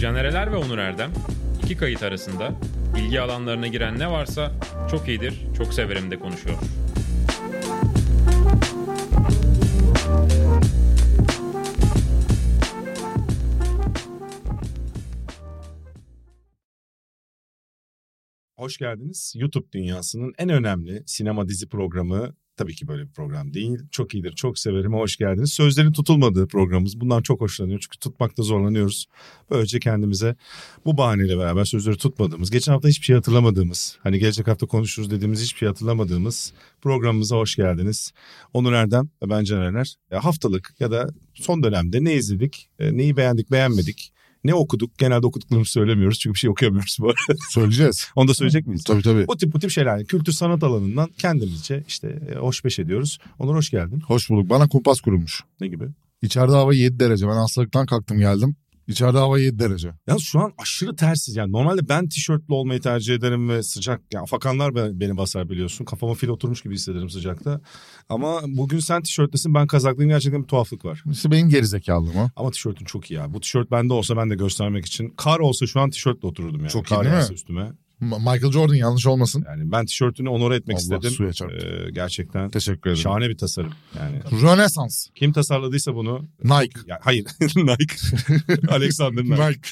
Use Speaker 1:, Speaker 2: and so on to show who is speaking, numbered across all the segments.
Speaker 1: Caner Eler ve Onur Erdem iki kayıt arasında ilgi alanlarına giren ne varsa çok iyidir, çok severim de konuşuyor.
Speaker 2: Hoş geldiniz. YouTube dünyasının en önemli sinema dizi programı tabii ki böyle bir program değil. Çok iyidir, çok severim. Hoş geldiniz. Sözlerin tutulmadığı programımız. Bundan çok hoşlanıyorum çünkü tutmakta zorlanıyoruz. Böylece kendimize bu bahaneyle beraber sözleri tutmadığımız, geçen hafta hiçbir şey hatırlamadığımız, hani gelecek hafta konuşuruz dediğimiz hiçbir şey hatırlamadığımız programımıza hoş geldiniz. Onur Erdem ve ben Caner Ener. E, Haftalık ya da son dönemde ne izledik, e, neyi beğendik, beğenmedik, ne okuduk? Genelde okuduklarımızı söylemiyoruz çünkü bir şey okuyamıyoruz bu arada.
Speaker 3: Söyleyeceğiz.
Speaker 2: Onu da söyleyecek miyiz?
Speaker 3: Tabii tabii.
Speaker 2: Bu tip bu tip şeyler yani kültür sanat alanından kendimizce işte e, hoş beş ediyoruz. Onur hoş geldin.
Speaker 3: Hoş bulduk. Bana kumpas kurulmuş.
Speaker 2: Ne gibi?
Speaker 3: İçeride hava 7 derece. Ben hastalıktan kalktım geldim. İçeride hava 7 derece.
Speaker 2: Yalnız şu an aşırı tersiz yani normalde ben tişörtlü olmayı tercih ederim ve sıcak yani afakanlar be- beni basar biliyorsun. Kafama fil oturmuş gibi hissederim sıcakta. Ama bugün sen tişörtlesin ben kazaklıyım gerçekten bir tuhaflık var.
Speaker 3: İşte benim gerizekalılığım o.
Speaker 2: Ama tişörtün çok iyi ya. Bu tişört bende olsa ben de göstermek için. Kar olsa şu an tişörtle otururdum yani.
Speaker 3: Çok iyi
Speaker 2: Kar
Speaker 3: değil mi?
Speaker 2: yağsa üstüme.
Speaker 3: Ma- Michael Jordan yanlış olmasın.
Speaker 2: Yani ben tişörtünü onore etmek
Speaker 3: Allah
Speaker 2: istedim.
Speaker 3: suya çarptı.
Speaker 2: Ee, gerçekten
Speaker 3: Teşekkür ederim.
Speaker 2: şahane bir tasarım. Yani
Speaker 3: Rönesans.
Speaker 2: kim tasarladıysa bunu
Speaker 3: Nike.
Speaker 2: Ya hayır Nike. Alexander Nike.
Speaker 3: Nike.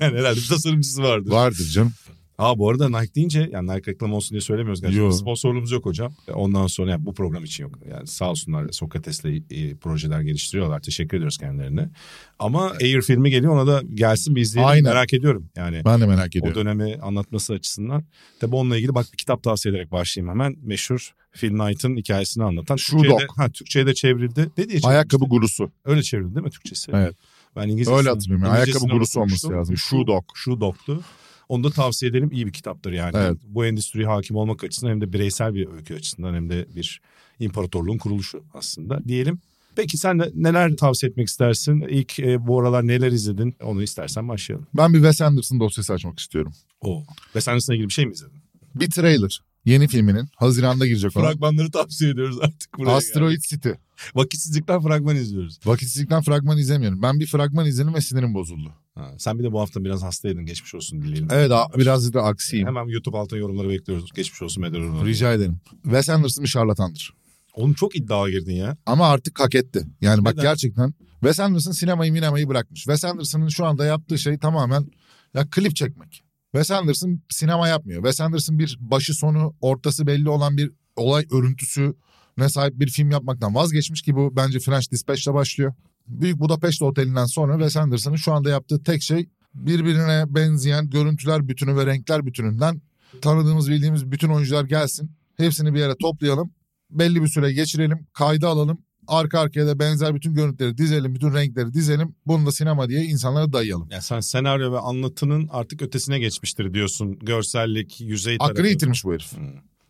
Speaker 2: yani herhalde bir tasarımcısı vardı.
Speaker 3: Vardır canım.
Speaker 2: Aa bu arada Nike deyince yani Nike reklamı olsun diye söylemiyoruz gerçekten.
Speaker 3: Yo.
Speaker 2: Sponsorluğumuz yok hocam. E, Ondan sonra yani bu program için yok. Yani sağ olsunlar Sokrates'le e, projeler geliştiriyorlar. Teşekkür ediyoruz kendilerine. Ama Air filmi geliyor ona da gelsin bir izleyelim.
Speaker 3: Aynen.
Speaker 2: Merak ediyorum. Yani
Speaker 3: Ben de merak
Speaker 2: o
Speaker 3: ediyorum.
Speaker 2: dönemi anlatması açısından. Tabi onunla ilgili bak bir kitap tavsiye ederek başlayayım hemen. Meşhur Phil Knight'ın hikayesini anlatan.
Speaker 3: Shoe
Speaker 2: Türkçe'ye de,
Speaker 3: Dog.
Speaker 2: ha, Türkçe'ye de çevrildi. Ne diye çevrildi?
Speaker 3: Ayakkabı gurusu.
Speaker 2: Öyle çevrildi değil mi Türkçesi?
Speaker 3: Evet.
Speaker 2: Ben İngilizcesini,
Speaker 3: Öyle hatırlıyorum. Yani. Ayakkabı
Speaker 2: İngilizcesini
Speaker 3: gurusu olması
Speaker 2: unutmuştum.
Speaker 3: lazım. Shoe dog.
Speaker 2: Shoe Dog'tu. Onu da tavsiye edelim. İyi bir kitaptır yani.
Speaker 3: Evet.
Speaker 2: Bu endüstriye hakim olmak açısından hem de bireysel bir öykü açısından hem de bir imparatorluğun kuruluşu aslında diyelim. Peki sen de neler tavsiye etmek istersin? İlk e, bu aralar neler izledin? Onu istersen başlayalım.
Speaker 3: Ben bir Wes Anderson dosyası açmak istiyorum.
Speaker 2: O. Ve sen arasında ilgili bir şey mi izledin?
Speaker 3: Bir trailer. Yeni filminin. Haziran'da girecek olan.
Speaker 2: Fragmanları tavsiye ediyoruz artık buraya.
Speaker 3: Asteroid City.
Speaker 2: Vakitsizlikten fragman izliyoruz.
Speaker 3: Vakitsizlikten fragman izlemiyorum. Ben bir fragman izledim ve sinirim bozuldu.
Speaker 2: Ha, sen bir de bu hafta biraz hastaydın. Geçmiş olsun dileyelim.
Speaker 3: Evet a- birazcık da aksiyim.
Speaker 2: Hemen YouTube altına yorumları bekliyoruz. Geçmiş olsun Medar'ın.
Speaker 3: Rica ederim. Wes Anderson bir şarlatandır.
Speaker 2: Oğlum çok iddiaya girdin ya.
Speaker 3: Ama artık hak etti. Yani bak
Speaker 2: Neden?
Speaker 3: gerçekten Wes Anderson sinemayı minemayı bırakmış. Wes Anderson'ın şu anda yaptığı şey tamamen ya klip çekmek. Wes Anderson sinema yapmıyor. Wes Anderson bir başı sonu ortası belli olan bir olay örüntüsü ne sahip bir film yapmaktan vazgeçmiş ki bu bence French Dispatch'la başlıyor. Büyük Budapest Oteli'nden sonra Wes Anderson'ın şu anda yaptığı tek şey birbirine benzeyen görüntüler bütünü ve renkler bütününden tanıdığımız bildiğimiz bütün oyuncular gelsin. Hepsini bir yere toplayalım. Belli bir süre geçirelim. Kayda alalım. Arka arkaya da benzer bütün görüntüleri dizelim. Bütün renkleri dizelim. Bunu da sinema diye insanlara dayayalım.
Speaker 2: Ya sen senaryo ve anlatının artık ötesine geçmiştir diyorsun. Görsellik, yüzey
Speaker 3: Aklını yitirmiş bu herif.
Speaker 2: Hı.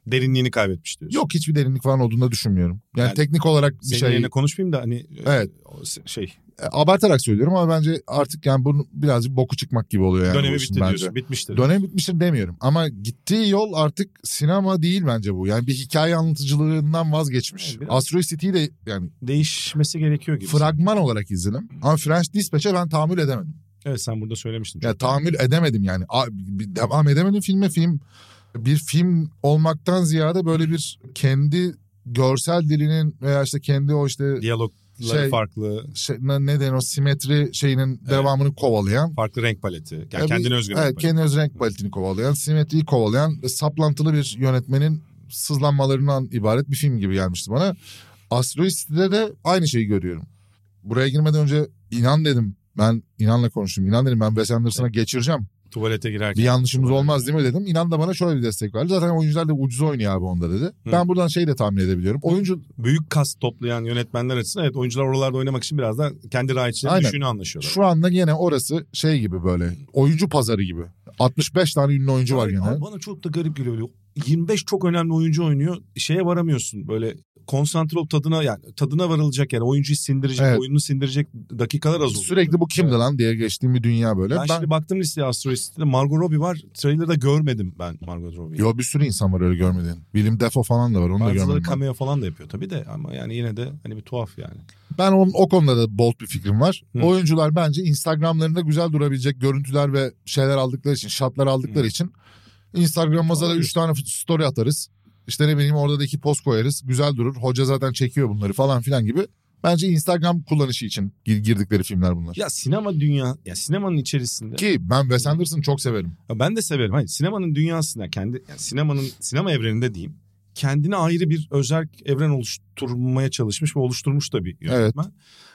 Speaker 2: Derinliğini kaybetmiş diyorsun.
Speaker 3: Yok hiçbir derinlik falan olduğunu da düşünmüyorum. Yani,
Speaker 2: Yani
Speaker 3: teknik olarak bir
Speaker 2: Senin
Speaker 3: şey
Speaker 2: yerine konuşmayayım da hani e,
Speaker 3: Evet.
Speaker 2: o se- şey
Speaker 3: e, abartarak söylüyorum ama bence artık yani bunu birazcık boku çıkmak gibi oluyor yani. bu
Speaker 2: dönemi
Speaker 3: işin
Speaker 2: bitti
Speaker 3: bence.
Speaker 2: diyorsun. Bitmiştir.
Speaker 3: Dönem bitmiştir demiyorum ama gittiği yol artık sinema değil bence bu. Yani bir hikaye anlatıcılığından vazgeçmiş.
Speaker 2: Evet, biraz- şey.
Speaker 3: Astro City'yi de yani
Speaker 2: Değişmesi gerekiyor gibi.
Speaker 3: fragman olarak izledim. Ama French Dispatch'e ben tahammül edemedim.
Speaker 2: Evet sen burada söylemiştin.
Speaker 3: Ya tahammül edemedim yani. A- bir- Devam edemedim filme. Film bir film olmaktan ziyade böyle bir kendi görsel dilinin veya işte kendi o işte
Speaker 2: Diyalogları
Speaker 3: Şey-
Speaker 2: farklı,
Speaker 3: şey, ne ne denir o simetri şeyinin devamını kovalayan.
Speaker 2: farklı renk paleti. Yani
Speaker 3: Ya bir-
Speaker 2: kendine özgü renk
Speaker 3: Evet
Speaker 2: paleti.
Speaker 3: kendi öz renk paletini kovalayan, simetriyi kovalayan e, saplantılı bir yönetmenin sızlanmalarından ibaret bir film gibi gelmişti bana. Asteroid City'de de aynı şeyi görüyorum. Buraya girmeden önce inan dedim. Ben inanla konuştum. İnan dedim ben Wes Anderson'a geçireceğim.
Speaker 2: Tuvalete
Speaker 3: Bir
Speaker 2: girerken.
Speaker 3: yanlışımız olmaz değil mi dedim. İnan da bana şöyle bir destek verdi. Zaten oyuncular da ucuz oynuyor abi onda dedi.
Speaker 2: Hı.
Speaker 3: Ben buradan şeyi de tahmin edebiliyorum. Oyuncu
Speaker 2: Büyük kas toplayan yönetmenler açısından evet oyuncular oralarda oynamak için biraz da kendi rayiçlerini
Speaker 3: Aynen.
Speaker 2: düşünü anlaşıyorlar.
Speaker 3: şu anda yine orası şey gibi böyle. Oyuncu pazarı gibi. 65 tane ünlü oyuncu var
Speaker 2: Abi,
Speaker 3: gene.
Speaker 2: abi Bana çok da garip geliyor. öyle. 25 çok önemli oyuncu oynuyor. Şeye varamıyorsun böyle konsantre olup tadına yani tadına varılacak yani oyuncuyu sindirecek,
Speaker 3: Evet.
Speaker 2: oyununu sindirecek dakikalar az oluyor.
Speaker 3: Sürekli bu kimdi lan diye geçtiğim bir dünya böyle.
Speaker 2: Ben,
Speaker 3: Ben,
Speaker 2: şimdi baktım listeye Astro City'de Margot Robbie var. Trailer'da görmedim ben Margot Robbie'yi.
Speaker 3: Yo bir sürü insan var öyle görmediğin. Willem Dafoe falan da var onu da
Speaker 2: Bazıları
Speaker 3: görmedim. ben.
Speaker 2: cameo falan da yapıyor tabii de ama yani yine de hani bir tuhaf yani.
Speaker 3: Ben. Ben onun, o konuda da bold bir fikrim var.
Speaker 2: Hı.
Speaker 3: Oyuncular bence Instagram'larında güzel durabilecek görüntüler ve şeyler aldıkları için, şatlar aldıkları için Instagram'ımıza da
Speaker 2: Olabilir.
Speaker 3: 3 tane story atarız. İşte ne bileyim orada da iki post koyarız. Güzel durur. Hoca zaten çekiyor bunları falan filan gibi. Bence Instagram kullanışı için gir- girdikleri filmler bunlar.
Speaker 2: Ya sinema dünya, ya sinemanın içerisinde.
Speaker 3: Ki ben Wes Anderson'ı çok severim.
Speaker 2: Ya ben de severim. Hayır, sinemanın dünyasında kendi, yani sinemanın sinema evreninde diyeyim. Kendine ayrı bir özel evren oluşturmaya çalışmış ve oluşturmuş da bir yönetmen.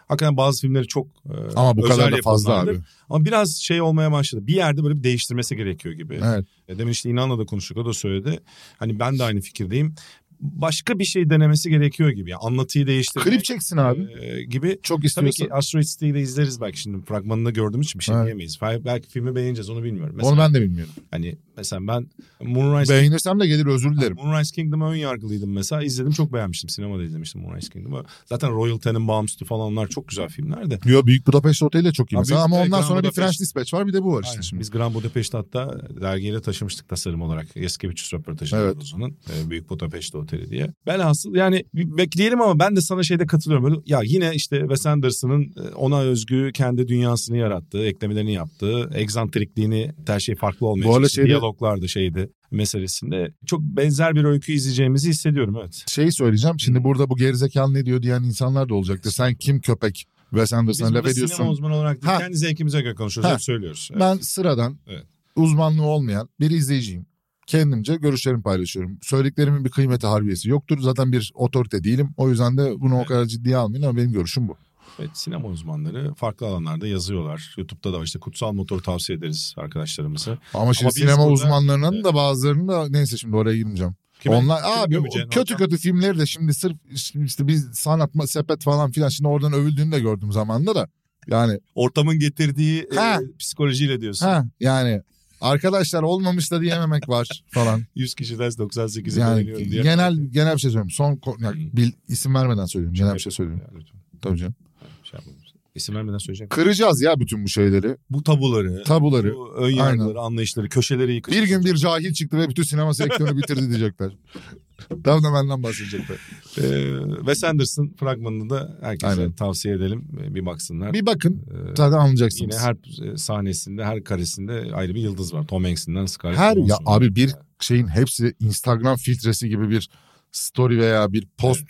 Speaker 2: Hakikaten bazı filmleri çok e,
Speaker 3: Ama bu
Speaker 2: özel
Speaker 3: kadar da fazla
Speaker 2: yapımlardır.
Speaker 3: abi.
Speaker 2: Ama biraz şey olmaya başladı. Bir yerde böyle bir değiştirmesi gerekiyor gibi.
Speaker 3: Evet.
Speaker 2: E, Demin işte İnan'la da konuştuk o da söyledi. Hani ben de aynı fikirdeyim. Başka bir şey denemesi gerekiyor gibi. Yani anlatıyı değiştirmek
Speaker 3: Klip çeksin abi.
Speaker 2: e, gibi.
Speaker 3: Çok
Speaker 2: Tabii
Speaker 3: istiyorsa.
Speaker 2: ki Asteroid City'yi de izleriz belki şimdi fragmanını da gördüğümüz için bir şey
Speaker 3: Evet.
Speaker 2: diyemeyiz. Fa- Belki filmi beğeneceğiz onu bilmiyorum. Mesela,
Speaker 3: Onu ben de bilmiyorum.
Speaker 2: Hani mesela ben Moonrise,
Speaker 3: Beğenirsem de gelir özür dilerim.
Speaker 2: Moonrise Kingdom'a ön yargılıydım mesela. İzledim çok beğenmiştim. Sinemada izlemiştim Moonrise Kingdom'u. Zaten Royal Tenenbaums'tu falan onlar çok güzel filmler de.
Speaker 3: Yo Büyük Budapest Oteli de çok iyi
Speaker 2: Ha,
Speaker 3: mesela
Speaker 2: Büyük-
Speaker 3: ama
Speaker 2: evet,
Speaker 3: ondan
Speaker 2: Grand
Speaker 3: sonra bir
Speaker 2: Budapest.
Speaker 3: French Dispatch var bir de bu var işte
Speaker 2: Aynen.
Speaker 3: şimdi.
Speaker 2: Biz Grand Budapest'te hatta dergiyle taşımıştık tasarım olarak. Yaskevicius röportajını
Speaker 3: Evet.
Speaker 2: evet. o zaman. Ee, Büyük Budapest Oteli diye. Velhasıl yani bir bekleyelim ama ben de sana şeyde katılıyorum. Böyle, ya yine işte Wes Anderson'ın e, ona özgü kendi dünyasını yarattığı, eklemelerini yaptığı, egzantrikliğini her şey farklı olmaya
Speaker 3: Bu arada
Speaker 2: çalıştığı
Speaker 3: şeyde-
Speaker 2: diyaloglardı şeydi meselesinde. Çok benzer bir öykü izleyeceğimizi hissediyorum evet.
Speaker 3: Şeyi söyleyeceğim şimdi burada bu gerizekalı ne diyor diyen insanlar da olacaktır. Sen kim köpek Wes
Speaker 2: Biz
Speaker 3: Anderson'a laf
Speaker 2: burada sinema
Speaker 3: ediyorsun.
Speaker 2: uzmanı olarak değil,
Speaker 3: Ha.
Speaker 2: kendi zevkimize göre konuşuyoruz.
Speaker 3: Ha.
Speaker 2: Hep söylüyoruz. Evet.
Speaker 3: Ben sıradan
Speaker 2: Evet.
Speaker 3: uzmanlığı olmayan bir izleyiciyim. Kendimce görüşlerimi paylaşıyorum. Söylediklerimin bir kıymeti harbiyesi yoktur. Zaten bir otorite değilim. O yüzden de bunu o
Speaker 2: Evet.
Speaker 3: kadar ciddiye almayın ama benim görüşüm bu.
Speaker 2: Evet, sinema uzmanları farklı alanlarda yazıyorlar. YouTube'da da var. işte kutsal motor tavsiye ederiz arkadaşlarımıza.
Speaker 3: Ama şimdi
Speaker 2: biz
Speaker 3: sinema
Speaker 2: burada-
Speaker 3: uzmanlarının
Speaker 2: Evet.
Speaker 3: da bazılarının da neyse şimdi oraya girmeyeceğim.
Speaker 2: Kime-
Speaker 3: Onlar
Speaker 2: kime
Speaker 3: abi o
Speaker 2: gömeceğin
Speaker 3: kötü
Speaker 2: orada?
Speaker 3: kötü filmleri de şimdi sırf işte- işte biz sanat ma- sepet falan filan şimdi oradan övüldüğünü de gördüm zamanında da. Yani
Speaker 2: Ortamın getirdiği e,
Speaker 3: Ha.
Speaker 2: psikolojiyle diyorsun.
Speaker 3: ha yani arkadaşlar olmamış da diyememek var falan.
Speaker 2: 100 kişiden 98'e
Speaker 3: yani
Speaker 2: beğeniyorum diye.
Speaker 3: genel genel bir şey söylüyorum. Son ko- yani bil, isim vermeden söylüyorum. Genel bir şey söylüyorum.
Speaker 2: Yani lütfen,
Speaker 3: Tabii canım.
Speaker 2: şey yapmayın. İsim vermeden söyleyeceğim.
Speaker 3: Kıracağız ya bütün bu şeyleri,
Speaker 2: Bu tabuları,
Speaker 3: tabuları.
Speaker 2: bu ön yargıları, anlayışları, köşeleri yıkıştık.
Speaker 3: Bir gün bir cahil çıktı ve bütün sinema sektörünü bitirdi diyecekler. Tam da benden bahsedecekler.
Speaker 2: Ee, Wes Anderson fragmanını da herkese
Speaker 3: Aynen.
Speaker 2: tavsiye edelim. Ee, Bir baksınlar.
Speaker 3: Bir bakın
Speaker 2: Ee,
Speaker 3: zaten anlayacaksınız.
Speaker 2: yine her e, sahnesinde, her karesinde ayrı bir yıldız var. Tom Hanks'inden Scarlett
Speaker 3: Her ya
Speaker 2: Johansson'a.
Speaker 3: abi bir şeyin hepsi Instagram filtresi gibi bir story veya bir post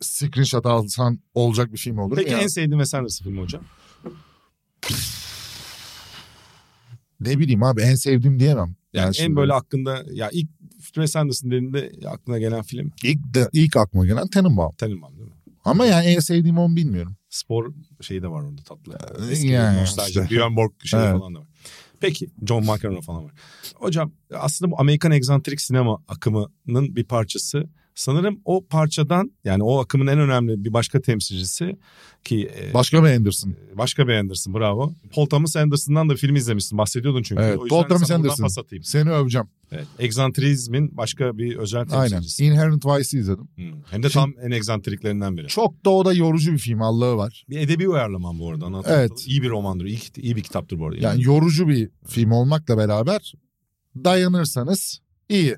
Speaker 3: screenshot alsan olacak bir film olur mu
Speaker 2: Peki
Speaker 3: ya?
Speaker 2: en sevdiğin Wes Anderson filmi hocam?
Speaker 3: Ne bileyim abi en sevdiğim diyemem.
Speaker 2: Yani, en
Speaker 3: şimdi
Speaker 2: böyle hakkında ya ilk Wes Anderson dediğinde aklına gelen film
Speaker 3: ilk de, ilk aklıma gelen Tenenbaum.
Speaker 2: Tenenbaum değil mi?
Speaker 3: Ama yani en sevdiğim onu bilmiyorum.
Speaker 2: Spor şeyi de var orada tatlı.
Speaker 3: Ee,
Speaker 2: Eski
Speaker 3: yani
Speaker 2: nostalji.
Speaker 3: işte.
Speaker 2: Björn Borg şeyi
Speaker 3: Evet.
Speaker 2: falan da var. Peki John McEnroe falan var. Hocam aslında bu Amerikan egzantrik sinema akımının bir parçası. Sanırım o parçadan yani o akımın en önemli bir başka temsilcisi ki e,
Speaker 3: Başka mı Anderson?
Speaker 2: başka bir Anderson bravo. Paul Thomas Anderson'dan da film izlemişsin bahsediyordun çünkü.
Speaker 3: Evet,
Speaker 2: O yüzden
Speaker 3: Paul Thomas
Speaker 2: sana buradan
Speaker 3: Anderson.
Speaker 2: Pas atayım.
Speaker 3: Seni öveceğim.
Speaker 2: Evet, egzantrizmin başka bir özel
Speaker 3: Aynen.
Speaker 2: temsilcisi.
Speaker 3: Inherent Vice'i izledim.
Speaker 2: Hmm. Hem de tam en egzantriklerinden biri.
Speaker 3: Çok da o da yorucu bir film Allah'ı var.
Speaker 2: Bir edebi uyarlamam bu arada. Anlatım
Speaker 3: Evet.
Speaker 2: İyi bir romandır. İyi, kit- iyi bir kitaptır bu arada.
Speaker 3: Yani yorucu bir film olmakla beraber dayanırsanız iyi.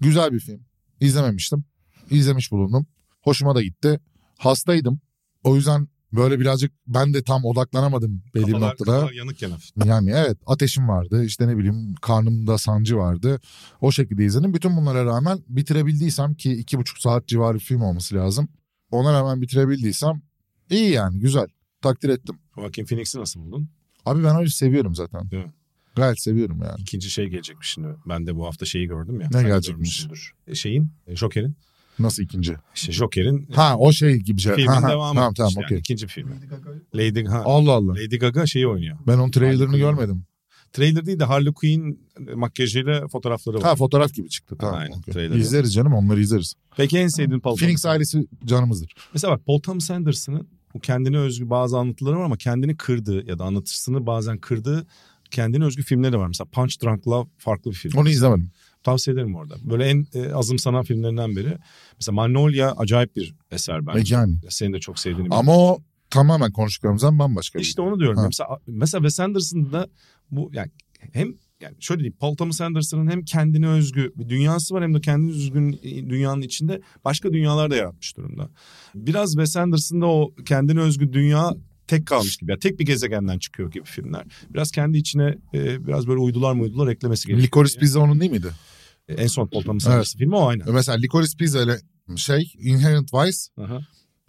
Speaker 3: Güzel bir film. İzlememiştim. İzlemiş bulundum. Hoşuma da gitti. Hastaydım. O yüzden böyle birazcık ben de tam odaklanamadım belli bir
Speaker 2: Kafalar-
Speaker 3: noktada.
Speaker 2: kafalar yanık yana.
Speaker 3: Yani evet ateşim vardı işte ne bileyim karnımda sancı vardı. O şekilde izledim. Bütün bunlara rağmen bitirebildiysem ki iki buçuk saat civarı bir film olması lazım. Ona rağmen bitirebildiysem iyi yani güzel. Takdir ettim.
Speaker 2: Joaquin Phoenix'i nasıl buldun?
Speaker 3: Abi ben öyle seviyorum zaten.
Speaker 2: Değil mi?
Speaker 3: Gayet seviyorum yani.
Speaker 2: İkinci şey gelecekmiş şimdi. Ben de bu hafta şeyi gördüm ya.
Speaker 3: Ne
Speaker 2: Sen de
Speaker 3: gelecekmiş?
Speaker 2: görmüşsündür. E, Şeyin, e, Joker'in.
Speaker 3: Nasıl ikinci?
Speaker 2: İşte Joker'in e,
Speaker 3: Ha o şey gibi şey.
Speaker 2: filmin
Speaker 3: Ha, ha,
Speaker 2: devamı.
Speaker 3: Tamam tamam
Speaker 2: İşte yani
Speaker 3: okey.
Speaker 2: ikinci filmi. Lady, ha,
Speaker 3: Allah Allah.
Speaker 2: Lady Gaga şeyi oynuyor.
Speaker 3: Ben onun trailerını
Speaker 2: Harley Quinn.
Speaker 3: görmedim.
Speaker 2: Trailer değil de Harley Quinn e, makyajıyla fotoğrafları var.
Speaker 3: Ha fotoğraf gibi çıktı tamam.
Speaker 2: Aynen,
Speaker 3: okey.
Speaker 2: trailer.
Speaker 3: İzleriz canım onları izleriz.
Speaker 2: Peki en sevdiğin Paul
Speaker 3: Phoenix ailesi canımızdır.
Speaker 2: Mesela bak Paul Thomas Anderson'ın bu kendine özgü bazı anlatıları var ama kendini kırdığı ya da anlatısını bazen kırdığı kendine özgü filmleri de var. Mesela Punch Drunk Love farklı bir film.
Speaker 3: Onu izlemedim.
Speaker 2: Tavsiye ederim orada. Böyle en e, azımsanan filmlerinden biri. Mesela Magnolia acayip bir eser bence.
Speaker 3: Peki yani.
Speaker 2: Senin de çok sevdiğini biliyorum.
Speaker 3: Ama o tamamen konuştuklarımızdan bambaşka bir şey.
Speaker 2: İşte onu diyorum.
Speaker 3: Ha.
Speaker 2: Mesela, mesela Wes Anderson'da bu yani hem yani şöyle diyeyim Paul Thomas Anderson'ın hem kendine özgü bir dünyası var hem de kendine özgün dünyanın içinde başka dünyalar da yaratmış durumda. Biraz Wes Anderson'da o kendine özgü dünya tek kalmış gibi. ya tek bir gezegenden çıkıyor gibi filmler. Biraz kendi içine e, biraz böyle uydular muydular eklemesi gerekiyor.
Speaker 3: Licorice Pizza onun değil miydi?
Speaker 2: E, En son Paul Thomas
Speaker 3: Evet.
Speaker 2: Anderson filmi o aynen.
Speaker 3: Mesela Licorice Pizza ile şey Inherent Vice
Speaker 2: Aha.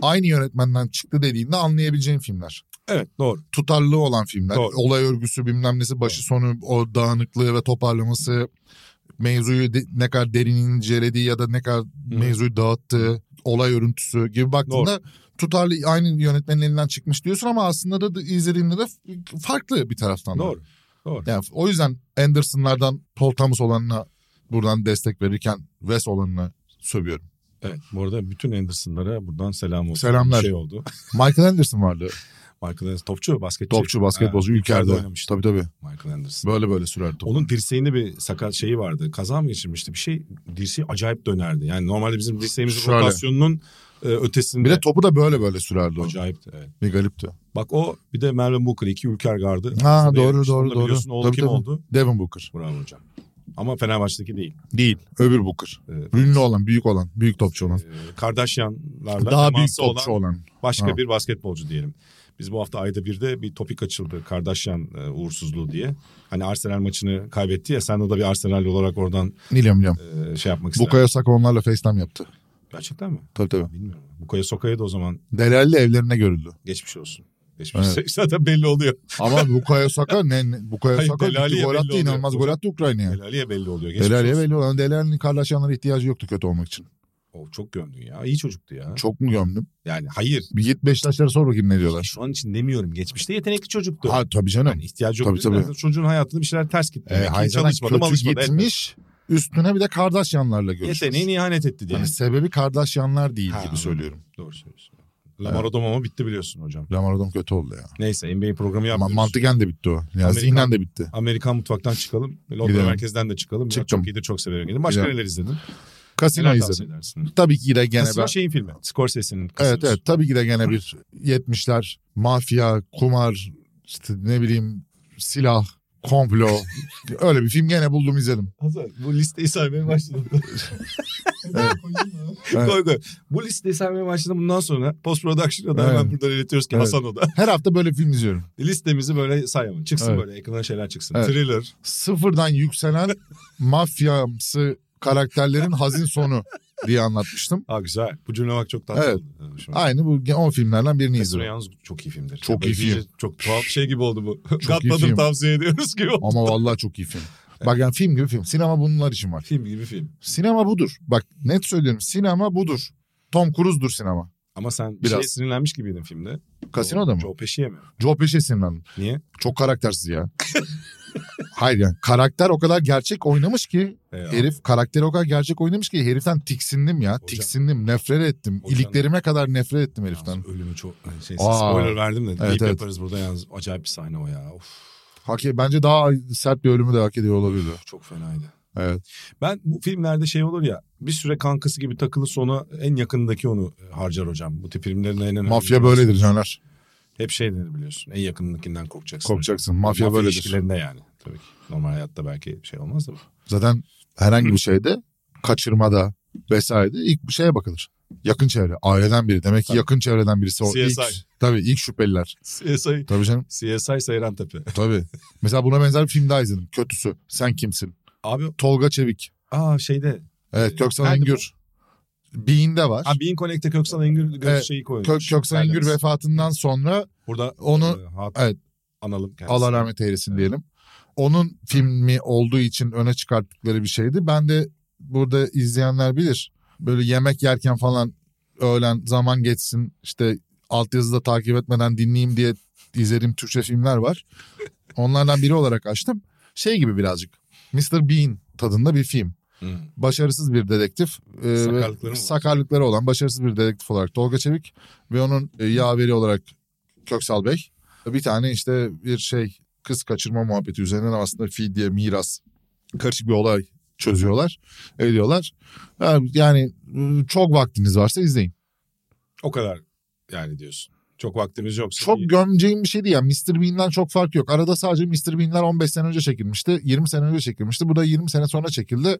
Speaker 3: aynı yönetmenden çıktı dediğinde anlayabileceğin filmler.
Speaker 2: Evet doğru.
Speaker 3: Tutarlılığı olan filmler.
Speaker 2: Doğru.
Speaker 3: Olay örgüsü bilmem nesi başı sonu o dağınıklığı ve toparlaması mevzuyu de- ne kadar derin incelediği ya da ne kadar mevzuyu dağıttığı olay örüntüsü gibi baktığında tutarlı aynı yönetmenin elinden çıkmış diyorsun ama aslında da izlediğinde de farklı bir taraftan. da.
Speaker 2: Doğru. Doğru.
Speaker 3: Yani o yüzden Anderson'lardan Paul Thomas olanına buradan destek verirken Wes olanına sövüyorum.
Speaker 2: Evet. Bu arada bütün Anderson'lara buradan selam olsun.
Speaker 3: Selamlar.
Speaker 2: Bir şey oldu.
Speaker 3: Michael Anderson vardı.
Speaker 2: Michael Anderson topçu basketçi.
Speaker 3: Topçu, basketbolcu,
Speaker 2: Ha,
Speaker 3: ülkerde.
Speaker 2: oynamıştı
Speaker 3: Tabii tabii.
Speaker 2: Michael Anderson.
Speaker 3: Böyle böyle sürer top.
Speaker 2: Onun dirseğinde bir sakat şeyi vardı. Kaza mı geçirmişti? Bir şey dirseği acayip dönerdi. Yani normalde bizim dirseğimizin
Speaker 3: Şöyle.
Speaker 2: rotasyonunun e, ötesinde.
Speaker 3: Bir de topu da böyle böyle sürerdi o.
Speaker 2: acayipti. Evet.
Speaker 3: Bir garipti.
Speaker 2: Bak o bir de Mervin Booker iki ülker gardı.
Speaker 3: Ha,
Speaker 2: Arasında
Speaker 3: doğru,
Speaker 2: yarıştı.
Speaker 3: doğru,
Speaker 2: Onu da
Speaker 3: doğru.
Speaker 2: Biliyorsun oğlu
Speaker 3: Tabii,
Speaker 2: kim
Speaker 3: tabii.
Speaker 2: oldu?
Speaker 3: Devin Booker.
Speaker 2: Bravo hocam. Ama Fenerbahçe'deki değil.
Speaker 3: Değil. Öbür Booker.
Speaker 2: Ee,
Speaker 3: Ünlü olan, büyük olan, büyük topçu olan.
Speaker 2: e, Kardashianlarla
Speaker 3: Daha büyük
Speaker 2: teması
Speaker 3: topçu
Speaker 2: olan
Speaker 3: olan.
Speaker 2: başka
Speaker 3: Ha.
Speaker 2: bir basketbolcu diyelim. Biz bu hafta ayda birde bir topik açıldı Kardashian e, uğursuzluğu diye. Hani Arsenal maçını kaybetti ya sen de bir Arsenal olarak oradan
Speaker 3: Biliyorum biliyorum.
Speaker 2: e, şey yapmak istedin.
Speaker 3: Bukayo Saka onlarla FaceTime yaptı.
Speaker 2: Gerçekten mi?
Speaker 3: Tabii tabii.
Speaker 2: Bilmiyorum. Bukaya Soka'ya da o zaman
Speaker 3: Delalli evlerine görüldü.
Speaker 2: geçmiş olsun. Geçmiş zaten belli oluyor.
Speaker 3: Ama Bukayo Saka ne, ne Bukayo
Speaker 2: Hayır,
Speaker 3: Saka gitti,
Speaker 2: Delali'ye
Speaker 3: gol
Speaker 2: belli
Speaker 3: attı
Speaker 2: oluyor.
Speaker 3: inanılmaz gol attı Ukrayna'ya.
Speaker 2: Helaliye belli oluyor. Geçmiş
Speaker 3: Delali'ye
Speaker 2: olsun.
Speaker 3: belli olan Delali'nin kardeşanlara ihtiyacı yoktu kötü olmak için.
Speaker 2: O, çok gömdün ya. İyi çocuktu ya.
Speaker 3: Çok mu gömdüm?
Speaker 2: Yani hayır.
Speaker 3: Bir git Beşiktaşlara sor bakayım ne diyorlar.
Speaker 2: Şu an için demiyorum. Geçmişte yetenekli çocuktu.
Speaker 3: Ha tabii canım.
Speaker 2: Yani ihtiyacı
Speaker 3: Tabii,
Speaker 2: yok.
Speaker 3: tabii.
Speaker 2: Zaten Çocuğun hayatında bir şeyler ters gitti.
Speaker 3: E,
Speaker 2: Demek ki
Speaker 3: hayır, zaten
Speaker 2: çalışmadım,
Speaker 3: kötü
Speaker 2: alışmadım.
Speaker 3: gitmiş. Üstüne bir de kardeşyanlarla
Speaker 2: Evet.
Speaker 3: görüşmüş.
Speaker 2: Yeteneğine ihanet etti diye.
Speaker 3: Yani Hani sebebi kardeşyanlar değil
Speaker 2: Ha,
Speaker 3: gibi
Speaker 2: anladım.
Speaker 3: söylüyorum.
Speaker 2: Doğru söylüyorsun. Lamar Odom ama bitti biliyorsun hocam.
Speaker 3: Lamar Odom kötü oldu ya.
Speaker 2: Neyse NBA programı
Speaker 3: Ama
Speaker 2: yapmıyoruz.
Speaker 3: mantıken de bitti o. Yani
Speaker 2: Amerikan-
Speaker 3: zihnen de bitti.
Speaker 2: Amerikan mutfaktan çıkalım. Londra
Speaker 3: Gidelim.
Speaker 2: merkezden de çıkalım. Biraz
Speaker 3: Çıktım.
Speaker 2: Çok iyidir çok severim. Gidelim. Başka
Speaker 3: Gidelim.
Speaker 2: neler izledin?
Speaker 3: Kasino
Speaker 2: Neler
Speaker 3: izledim.
Speaker 2: tavsiye edersin?
Speaker 3: Tabii ki de gene
Speaker 2: Kasino şey-
Speaker 3: ben...
Speaker 2: şeyin filmi. Scorsese'nin kasinosu.
Speaker 3: Evet evet tabii ki de gene bir 70'ler mafya, kumar, işte ne bileyim silah, komplo öyle bir film gene buldum izledim.
Speaker 2: Hazır. Bu listeyi saymaya başladım.
Speaker 3: Evet.
Speaker 2: koy koy. Bu listeyi saymaya başladım. Bundan sonra post production'a da hemen
Speaker 3: Aynen.
Speaker 2: buradan iletiyoruz ki
Speaker 3: Evet.
Speaker 2: Hasan Oda.
Speaker 3: Her hafta böyle film izliyorum.
Speaker 2: Listemizi böyle sayalım. Çıksın
Speaker 3: Evet.
Speaker 2: böyle ekrana şeyler çıksın.
Speaker 3: Evet.
Speaker 2: Thriller.
Speaker 3: Sıfırdan yükselen mafyamsı karakterlerin hazin sonu diye anlatmıştım.
Speaker 2: Aa güzel. Bu cümle bak çok tatlı.
Speaker 3: Evet.
Speaker 2: oldu. Ha, hoşuma gitti.
Speaker 3: Aynı bu ge- o filmlerden birini
Speaker 2: Casino
Speaker 3: izliyorum.
Speaker 2: yalnız çok iyi filmdir.
Speaker 3: Çok iyi
Speaker 2: Böyle
Speaker 3: film.
Speaker 2: Çok tuhaf şey gibi oldu bu.
Speaker 3: iyi film.
Speaker 2: Katladım tavsiye ediyoruz gibi oldu.
Speaker 3: Ama vallahi çok iyi film. Bak yani film gibi film. Sinema bunlar için var.
Speaker 2: Film gibi film.
Speaker 3: Sinema budur. Bak net söylüyorum. Sinema budur. Tom Cruise'dur sinema.
Speaker 2: Ama sen
Speaker 3: Biraz.
Speaker 2: Biraz. şey sinirlenmiş gibiydin filmde.
Speaker 3: Kasinoda mı?
Speaker 2: Joe Pesci'ye mi?
Speaker 3: Joe Pesci sinirlendim.
Speaker 2: Niye?
Speaker 3: Çok karaktersiz ya. Hayır yani karakter o kadar gerçek oynamış ki
Speaker 2: Eyvah.
Speaker 3: herif karakteri o kadar gerçek oynamış ki heriften tiksindim ya.
Speaker 2: Hocam.
Speaker 3: tiksindim, nefret ettim.
Speaker 2: Hocam.
Speaker 3: İliklerime kadar nefret ettim
Speaker 2: Yalnız
Speaker 3: heriften.
Speaker 2: Ölümü çok şey,
Speaker 3: Aa.
Speaker 2: spoiler verdim de deyip
Speaker 3: evet.
Speaker 2: yaparız burada yalnız acayip bir sahne o ya. Of,
Speaker 3: Hak bence daha sert bir ölümü de hak ediyor olabilirdi.
Speaker 2: çok fenaydı.
Speaker 3: Evet.
Speaker 2: Ben bu filmlerde şey olur ya bir süre kankası gibi takılı sona en yakındaki onu e, harcar hocam. Bu tip filmlerin en önemli.
Speaker 3: Mafya böyledir Caner.
Speaker 2: Hep şey denir biliyorsun en yakınındakinden korkacaksın.
Speaker 3: Korkacaksın. Mafya, böyledir.
Speaker 2: ilişkilerinde yani. Tabii ki. Normal hayatta belki şey olmaz da. bu.
Speaker 3: Zaten herhangi bir şeyde kaçırmada vesairede ilk bir şeye bakılır. Yakın çevre. Aileden biri. Demek ki
Speaker 2: Tabii.
Speaker 3: yakın çevreden birisi o.
Speaker 2: CSI.
Speaker 3: ilk tabii ilk şüpheliler.
Speaker 2: CSI,
Speaker 3: Tabii canım.
Speaker 2: CSI Seyran Tepe.
Speaker 3: Tabii. Mesela buna benzer bir film daha izledim. Kötüsü. Sen kimsin?
Speaker 2: Abi
Speaker 3: Tolga Çevik.
Speaker 2: aa şeyde.
Speaker 3: Evet Köksal
Speaker 2: Nerede
Speaker 3: Engür. Beyinde var.
Speaker 2: Ha Bean Connect'te Köksal Engür gö-
Speaker 3: Evet,
Speaker 2: şeyi koymuş.
Speaker 3: Kö Köksal Engür
Speaker 2: Terlemesi.
Speaker 3: vefatından sonra
Speaker 2: Burada
Speaker 3: onu
Speaker 2: e, hat-
Speaker 3: evet.
Speaker 2: analım kendisi.
Speaker 3: Allah rahmet eylesin
Speaker 2: Evet.
Speaker 3: diyelim. Onun filmi olduğu için öne çıkarttıkları bir şeydi. Ben de burada izleyenler bilir. Böyle yemek yerken falan öğlen zaman geçsin işte altyazıda takip etmeden dinleyeyim diye izlediğim Türkçe filmler var. Onlardan biri olarak açtım. Şey gibi birazcık Mr. Bean tadında bir film.
Speaker 2: Hı.
Speaker 3: başarısız bir dedektif. e, ve
Speaker 2: Sakarlıkları mı var?
Speaker 3: Sakarlıkları olan başarısız bir dedektif olarak Tolga Çevik ve onun e, yaveri olarak Köksal Bey. Bir tane işte bir şey kız kaçırma muhabbeti üzerinden aslında fidye, miras karışık bir olay çözüyorlar, ediyorlar. Yani e, çok vaktiniz varsa izleyin.
Speaker 2: O kadar yani diyorsun. Çok vaktimiz yoksa.
Speaker 3: Çok gömeceğim bir şey değil ya. Mr. Bean'den çok fark yok. Arada sadece Mr. Bean'ler 15 sene önce çekilmişti. 20 sene önce çekilmişti. Bu da 20 sene sonra çekildi.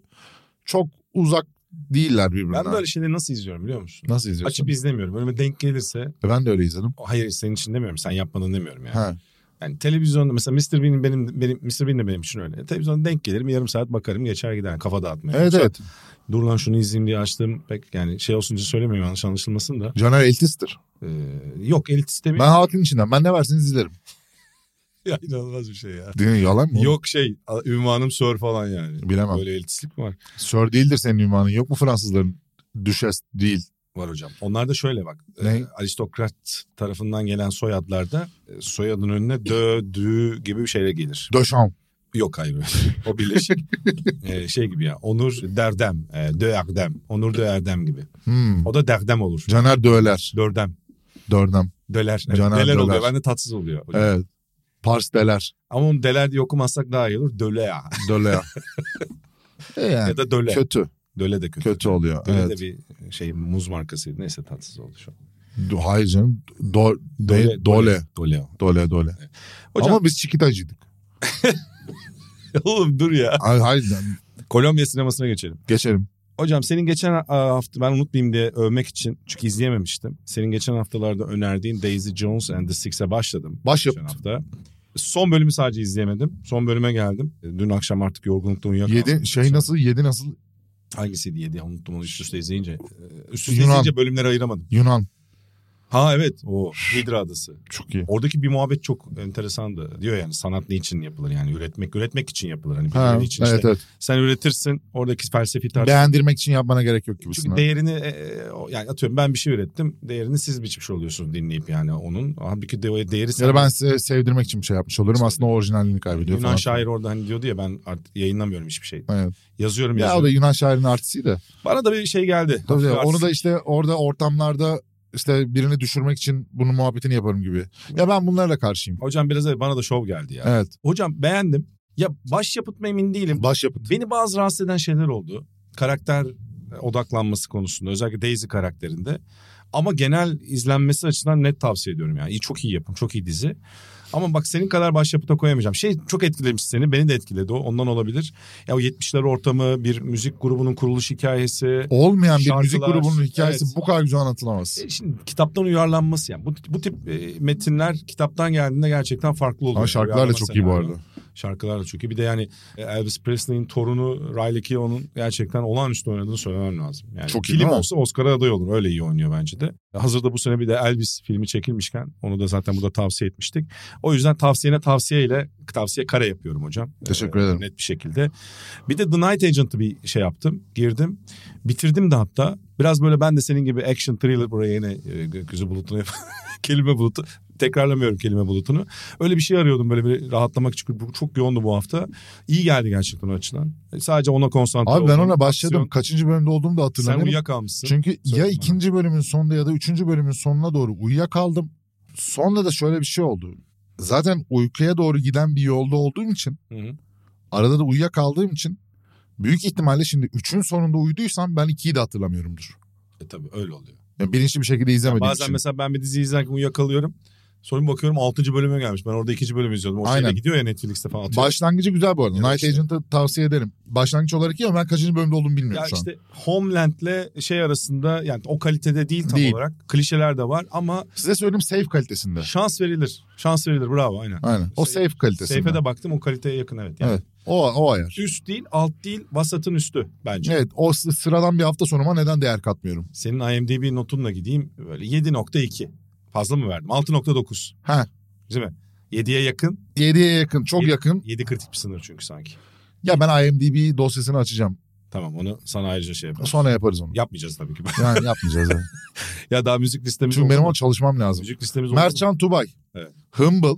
Speaker 3: Çok uzak değiller birbirinden.
Speaker 2: ben böyle şeyleri nasıl izliyorum biliyor musun?
Speaker 3: Nasıl izliyorsun?
Speaker 2: Açıp izlemiyorum. Önüme denk gelirse
Speaker 3: E, Ben de öyle izledim.
Speaker 2: hayır senin için demiyorum. Sen yapmadın demiyorum yani.
Speaker 3: Ha.
Speaker 2: Yani televizyonda mesela Mr. Bean benim benim Mr. Bean de benim için öyle. Televizyonda denk gelirim yarım saat bakarım geçer gider kafa dağıtmaya.
Speaker 3: Evet
Speaker 2: Yoksa
Speaker 3: evet.
Speaker 2: Dur lan şunu izleyeyim diye açtım. Pek yani şey olsun diye söylemiyorum yanlış anlaşılmasın da.
Speaker 3: Caner eltistir.
Speaker 2: Ee, yok elit istemiyor.
Speaker 3: Ben halkın içinden. Ben ne verseniz izlerim.
Speaker 2: Ya inanılmaz bir şey ya.
Speaker 3: Değil mi? Yalan mı?
Speaker 2: Yok şey a- ünvanım sör falan yani.
Speaker 3: Bilemem.
Speaker 2: Böyle elitistlik mi var?
Speaker 3: Sör değildir senin ünvanın. Yok mu Fransızların? Düşes değil.
Speaker 2: Var hocam. Onlar da şöyle bak.
Speaker 3: Ne?
Speaker 2: e, aristokrat tarafından gelen soyadlarda e, soyadın önüne dö, dü gibi bir şeyle gelir.
Speaker 3: Döşan.
Speaker 2: Yok hayır. o birleşik. E, şey gibi ya. Onur derdem. E, dö erdem. Onur dö erdem gibi.
Speaker 3: Hmm.
Speaker 2: O da derdem olur.
Speaker 3: Caner Döler.
Speaker 2: Dördem.
Speaker 3: Dördem.
Speaker 2: Döler. Evet,
Speaker 3: Caner
Speaker 2: deler
Speaker 3: Döler.
Speaker 2: oluyor. Ben de tatsız oluyor. hocam.
Speaker 3: Evet. Pars Deler.
Speaker 2: Ama onu deler diye okumazsak daha iyi olur. Döle ya.
Speaker 3: Döler. E yani.
Speaker 2: ya da döle.
Speaker 3: Kötü.
Speaker 2: Döle de kötü.
Speaker 3: Kötü oluyor.
Speaker 2: Döle
Speaker 3: evet.
Speaker 2: de bir şey muz markasıydı. Neyse tatsız oldu şu an.
Speaker 3: Do- Hayır canım. Do, dole, dole.
Speaker 2: Dole.
Speaker 3: Dole dole.
Speaker 2: Hocam
Speaker 3: Ama biz çikitacıydık.
Speaker 2: oğlum dur ya.
Speaker 3: Ay, hayır lan,
Speaker 2: Kolombiya sinemasına geçelim.
Speaker 3: geçelim.
Speaker 2: Hocam senin geçen e, hafta ben unutmayayım diye övmek için çünkü izleyememiştim. Senin geçen haftalarda önerdiğin Daisy Jones and the Six'e başladım. Geçen
Speaker 3: Başyapıt.
Speaker 2: hafta. Son bölümü sadece izleyemedim. Son bölüme geldim. E, Dün akşam artık yorgunluktan uyuyakaldım.
Speaker 3: Yedi, şey nasıl? Yedi nasıl?
Speaker 2: Hangisiydi yedi? Ya, Unuttum onu üst üste izleyince. E, Üst üste
Speaker 3: Yunan.
Speaker 2: izleyince bölümleri ayıramadım.
Speaker 3: Yunan.
Speaker 2: Ha evet o Hidra Adası.
Speaker 3: Çok iyi.
Speaker 2: Oradaki bir muhabbet çok enteresandı. Diyor yani sanat ne için yapılır yani üretmek üretmek için yapılır. Hani
Speaker 3: Ha,
Speaker 2: birileri için
Speaker 3: evet
Speaker 2: işte.
Speaker 3: evet.
Speaker 2: Sen üretirsin oradaki felsefi tartışma.
Speaker 3: Beğendirmek için yapmana gerek yok gibisin.
Speaker 2: Çünkü
Speaker 3: ha.
Speaker 2: değerini e, o- yani atıyorum ben bir şey ürettim. Değerini siz biçmiş oluyorsunuz dinleyip yani onun. Halbuki de, değeri sen-
Speaker 3: ya da ben size sevdirmek için bir şey yapmış olurum. Aslında orijinalliğini kaybediyor
Speaker 2: Yunan
Speaker 3: falan.
Speaker 2: şair orada hani diyordu ya ben artık yayınlamıyorum hiçbir şey.
Speaker 3: Evet.
Speaker 2: Yazıyorum
Speaker 3: Ya o
Speaker 2: yazıyorum.
Speaker 3: da Yunan şairinin artisiydi.
Speaker 2: Bana da bir şey geldi.
Speaker 3: Tabii tabii.
Speaker 2: Biraz-
Speaker 3: Onu da işte orada ortamlarda işte birini düşürmek için bunun muhabbetini yaparım gibi. Ya ben bunlarla karşıyım.
Speaker 2: Hocam biraz evvel bana da şov geldi ya.
Speaker 3: Evet.
Speaker 2: Hocam beğendim. Ya başyapıt mı emin değilim.
Speaker 3: Başyapıt.
Speaker 2: Beni bazı rahatsız eden şeyler oldu. Karakter e, odaklanması konusunda özellikle Daisy karakterinde. Ama genel izlenmesi açısından net tavsiye ediyorum yani. İyi, Çok iyi yapım, çok iyi dizi. Ama bak senin kadar başyapıta koyamayacağım. Şey çok etkilemiş seni, beni de etkiledi o. Ondan olabilir. Ya o 70'ler ortamı, bir müzik grubunun kuruluş hikayesi.
Speaker 3: Olmayan bir
Speaker 2: Şarkılar,
Speaker 3: müzik grubunun hikayesi
Speaker 2: evet.
Speaker 3: bu kadar güzel anlatılamaz.
Speaker 2: E, Şimdi kitaptan uyarlanması yani. Bu, bu tip e, metinler kitaptan geldiğinde gerçekten farklı oluyor.
Speaker 3: Ama şarkılar da
Speaker 2: Uyarlama
Speaker 3: çok iyi bu
Speaker 2: senaryo.
Speaker 3: arada.
Speaker 2: Şarkılar da çok iyi. Bir de yani e, Elvis Presley'in torunu Riley Keough'un gerçekten olağanüstü oynadığını söylemem lazım. Yani
Speaker 3: Çok iyi
Speaker 2: film
Speaker 3: değil mi?
Speaker 2: olsa Oscar'a aday olur. Öyle iyi oynuyor bence de. Hazırda bu sene bir de Elvis filmi çekilmişken onu da zaten burada tavsiye etmiştik. O yüzden tavsiyene tavsiyeyle tavsiye kare yapıyorum hocam.
Speaker 3: Teşekkür ederim.
Speaker 2: Net bir şekilde. Bir de The Night Agent'ı bir şey yaptım. Girdim. Bitirdim de hatta. Biraz böyle ben de senin gibi action thriller buraya yine e, gökyüzü bulutunu yap- kelime bulutu. Tekrarlamıyorum kelime bulutunu. Öyle bir şey arıyordum böyle bir rahatlamak için. Bu çok yoğundu bu hafta. İyi geldi gerçekten o açıdan. E, Sadece ona konsantre
Speaker 3: Abi ben
Speaker 2: oldum.
Speaker 3: ona başladım.
Speaker 2: Aksiyon.
Speaker 3: Kaçıncı bölümde olduğumu da
Speaker 2: Sen
Speaker 3: hatırlamıyorum.
Speaker 2: uyuyakalmışsın.
Speaker 3: Çünkü
Speaker 2: Söyle
Speaker 3: ya
Speaker 2: bana.
Speaker 3: ikinci bölümün sonunda ya da üçüncü bölümün sonuna doğru uyuyakaldım. Sonra da şöyle bir şey oldu. Zaten uykuya doğru giden bir yolda olduğum için
Speaker 2: Hı hı.
Speaker 3: arada da uyuyakaldığım için büyük ihtimalle şimdi üçün sonunda uyuduysam ben ikiyi de hatırlamıyorumdur.
Speaker 2: E, tabii öyle oluyor.
Speaker 3: Yani bilinçli bir şey. şekilde izlemediğim
Speaker 2: Bazen
Speaker 3: için.
Speaker 2: mesela ben bir dizi izlerken uyuyakalıyorum. Sonra bir bakıyorum 6. bölüme gelmiş. Ben orada 2. bölümü izliyordum. O şeyle
Speaker 3: Aynen.
Speaker 2: gidiyor ya Netflix'te falan atıyor.
Speaker 3: Başlangıcı güzel bu arada.
Speaker 2: Ya da
Speaker 3: Night
Speaker 2: işte.
Speaker 3: Agent'ı tavsiye ederim. Başlangıç olarak iyi ama ben kaçıncı bölümde olduğumu bilmiyorum
Speaker 2: Ya
Speaker 3: şu an.
Speaker 2: işte Homeland'le şey arasında yani o kalitede değil tam
Speaker 3: Değil.
Speaker 2: olarak. Klişeler de var ama
Speaker 3: Size söyleyeyim safe kalitesinde.
Speaker 2: şans verilir. Şans verilir bravo aynen.
Speaker 3: Aynen. O
Speaker 2: Safe-
Speaker 3: safe kalitesinde.
Speaker 2: Seyfe de baktım o kaliteye yakın evet. Yani
Speaker 3: Evet. O, o ayar.
Speaker 2: Üst değil alt değil vasatın üstü bence.
Speaker 3: Evet o sı- sıradan bir hafta sonuma neden değer katmıyorum?
Speaker 2: Senin IMDB notunla gideyim böyle 7.2 fazla mı verdim? 6.9
Speaker 3: Ha.
Speaker 2: değil mi? 7'ye yakın.
Speaker 3: 7'ye yakın çok
Speaker 2: Yedi-
Speaker 3: yakın.
Speaker 2: 7 kritik bir sınır çünkü sanki.
Speaker 3: Ya ben IMDb dosyasını açacağım.
Speaker 2: Tamam onu sana ayrıca şey yapalım.
Speaker 3: Sonra yaparız onu.
Speaker 2: Yapmayacağız tabii ki.
Speaker 3: Yani yapmayacağız. yani.
Speaker 2: ya daha müzik listemiz
Speaker 3: Çünkü benim
Speaker 2: olmadı.
Speaker 3: ona çalışmam lazım.
Speaker 2: Müzik listemiz olmadı.
Speaker 3: Mertcan Tubay.
Speaker 2: Evet.
Speaker 3: Humble.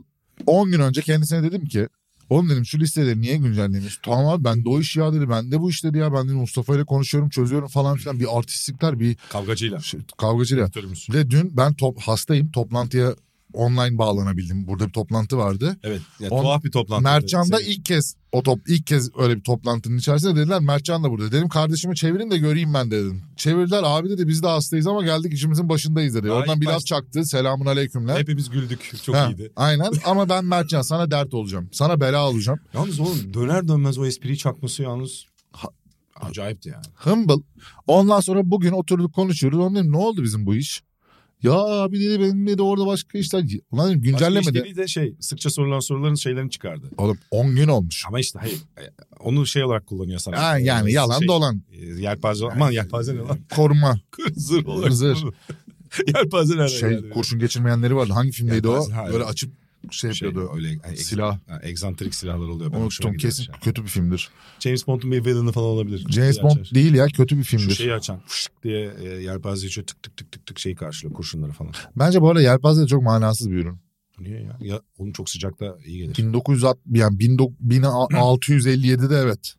Speaker 3: 10 gün önce kendisine dedim ki oğlum dedim şu listeleri niye güncellemiyorsun? Tamam abi ben de o iş ya dedi. Ben de bu iş dedi ya. Ben de Mustafa ile konuşuyorum çözüyorum falan filan. Bir artistlikler bir
Speaker 2: Kavgacıyla.
Speaker 3: şey, kavgacıyla.
Speaker 2: Aktörümüz.
Speaker 3: Ve dün ben top, hastayım toplantıya online bağlanabildim. Burada bir toplantı vardı.
Speaker 2: Evet. ya
Speaker 3: On-
Speaker 2: tuhaf bir toplantı.
Speaker 3: Mertcan da
Speaker 2: Senin-
Speaker 3: ilk kez o top ilk kez öyle bir toplantının içerisinde dediler Mertcan da burada. Dedim kardeşimi çevirin de göreyim ben dedim. Çevirdiler abi dedi biz de hastayız ama geldik işimizin başındayız dedi.
Speaker 2: Daha
Speaker 3: Oradan
Speaker 2: ilk
Speaker 3: bir laf
Speaker 2: başta-
Speaker 3: çaktı. Selamun aleykümler.
Speaker 2: Hepimiz güldük. Çok
Speaker 3: Ha,
Speaker 2: iyiydi.
Speaker 3: Aynen ama ben Mertcan sana dert olacağım. Sana bela olacağım.
Speaker 2: Yalnız oğlum döner dönmez o espriyi çakması yalnız ha- acayipti yani.
Speaker 3: Humble. Ondan sonra bugün oturduk konuşuyoruz. Ondan dedim ne oldu bizim bu iş? Ya abi dedi benim dedi orada başka işler. Ulan dedim
Speaker 2: Başka
Speaker 3: güncellemedi.
Speaker 2: işleri de şey sıkça sorulan soruların şeylerini çıkardı.
Speaker 3: Oğlum 10 gün olmuş.
Speaker 2: Ama işte hayır e, onu şey olarak kullanıyor sana.
Speaker 3: Ha, yani
Speaker 2: Ee,
Speaker 3: yalan
Speaker 2: şey,
Speaker 3: dolan.
Speaker 2: e, Yelpaze aman yelpaze ne lan?
Speaker 3: Koruma.
Speaker 2: Zırh olarak.
Speaker 3: Zırh.
Speaker 2: kullanıyor. yelpaze nereden
Speaker 3: Şey
Speaker 2: geldi?
Speaker 3: kurşun geçirmeyenleri vardı. Hangi filmdeydi
Speaker 2: Ya,
Speaker 3: o?
Speaker 2: bazen- ha,
Speaker 3: Böyle
Speaker 2: evet.
Speaker 3: açıp şey
Speaker 2: şey
Speaker 3: yapıyordu.
Speaker 2: öyle hani, ex-
Speaker 3: Silah.
Speaker 2: ha, egzantrik silahlar oluyor. Ben hoşuma
Speaker 3: Unuttum
Speaker 2: gidiyor
Speaker 3: kesin
Speaker 2: şey.
Speaker 3: kötü bir filmdir.
Speaker 2: James Bond'un bir villain'ı falan olabilir.
Speaker 3: James
Speaker 2: Şeyi
Speaker 3: Bond
Speaker 2: açar.
Speaker 3: değil ya kötü bir filmdir.
Speaker 2: Şu şey- şeyi açan fışk diye e, yelpazeyi şöyle tık tık tık tık tık şeyi karşılıyor kurşunları falan.
Speaker 3: Bence bu arada yelpaze de çok manasız bir ürün.
Speaker 2: Niye ya? Ya onun çok sıcakta iyi gelir.
Speaker 3: 1960 yani 19- 1657'de evet.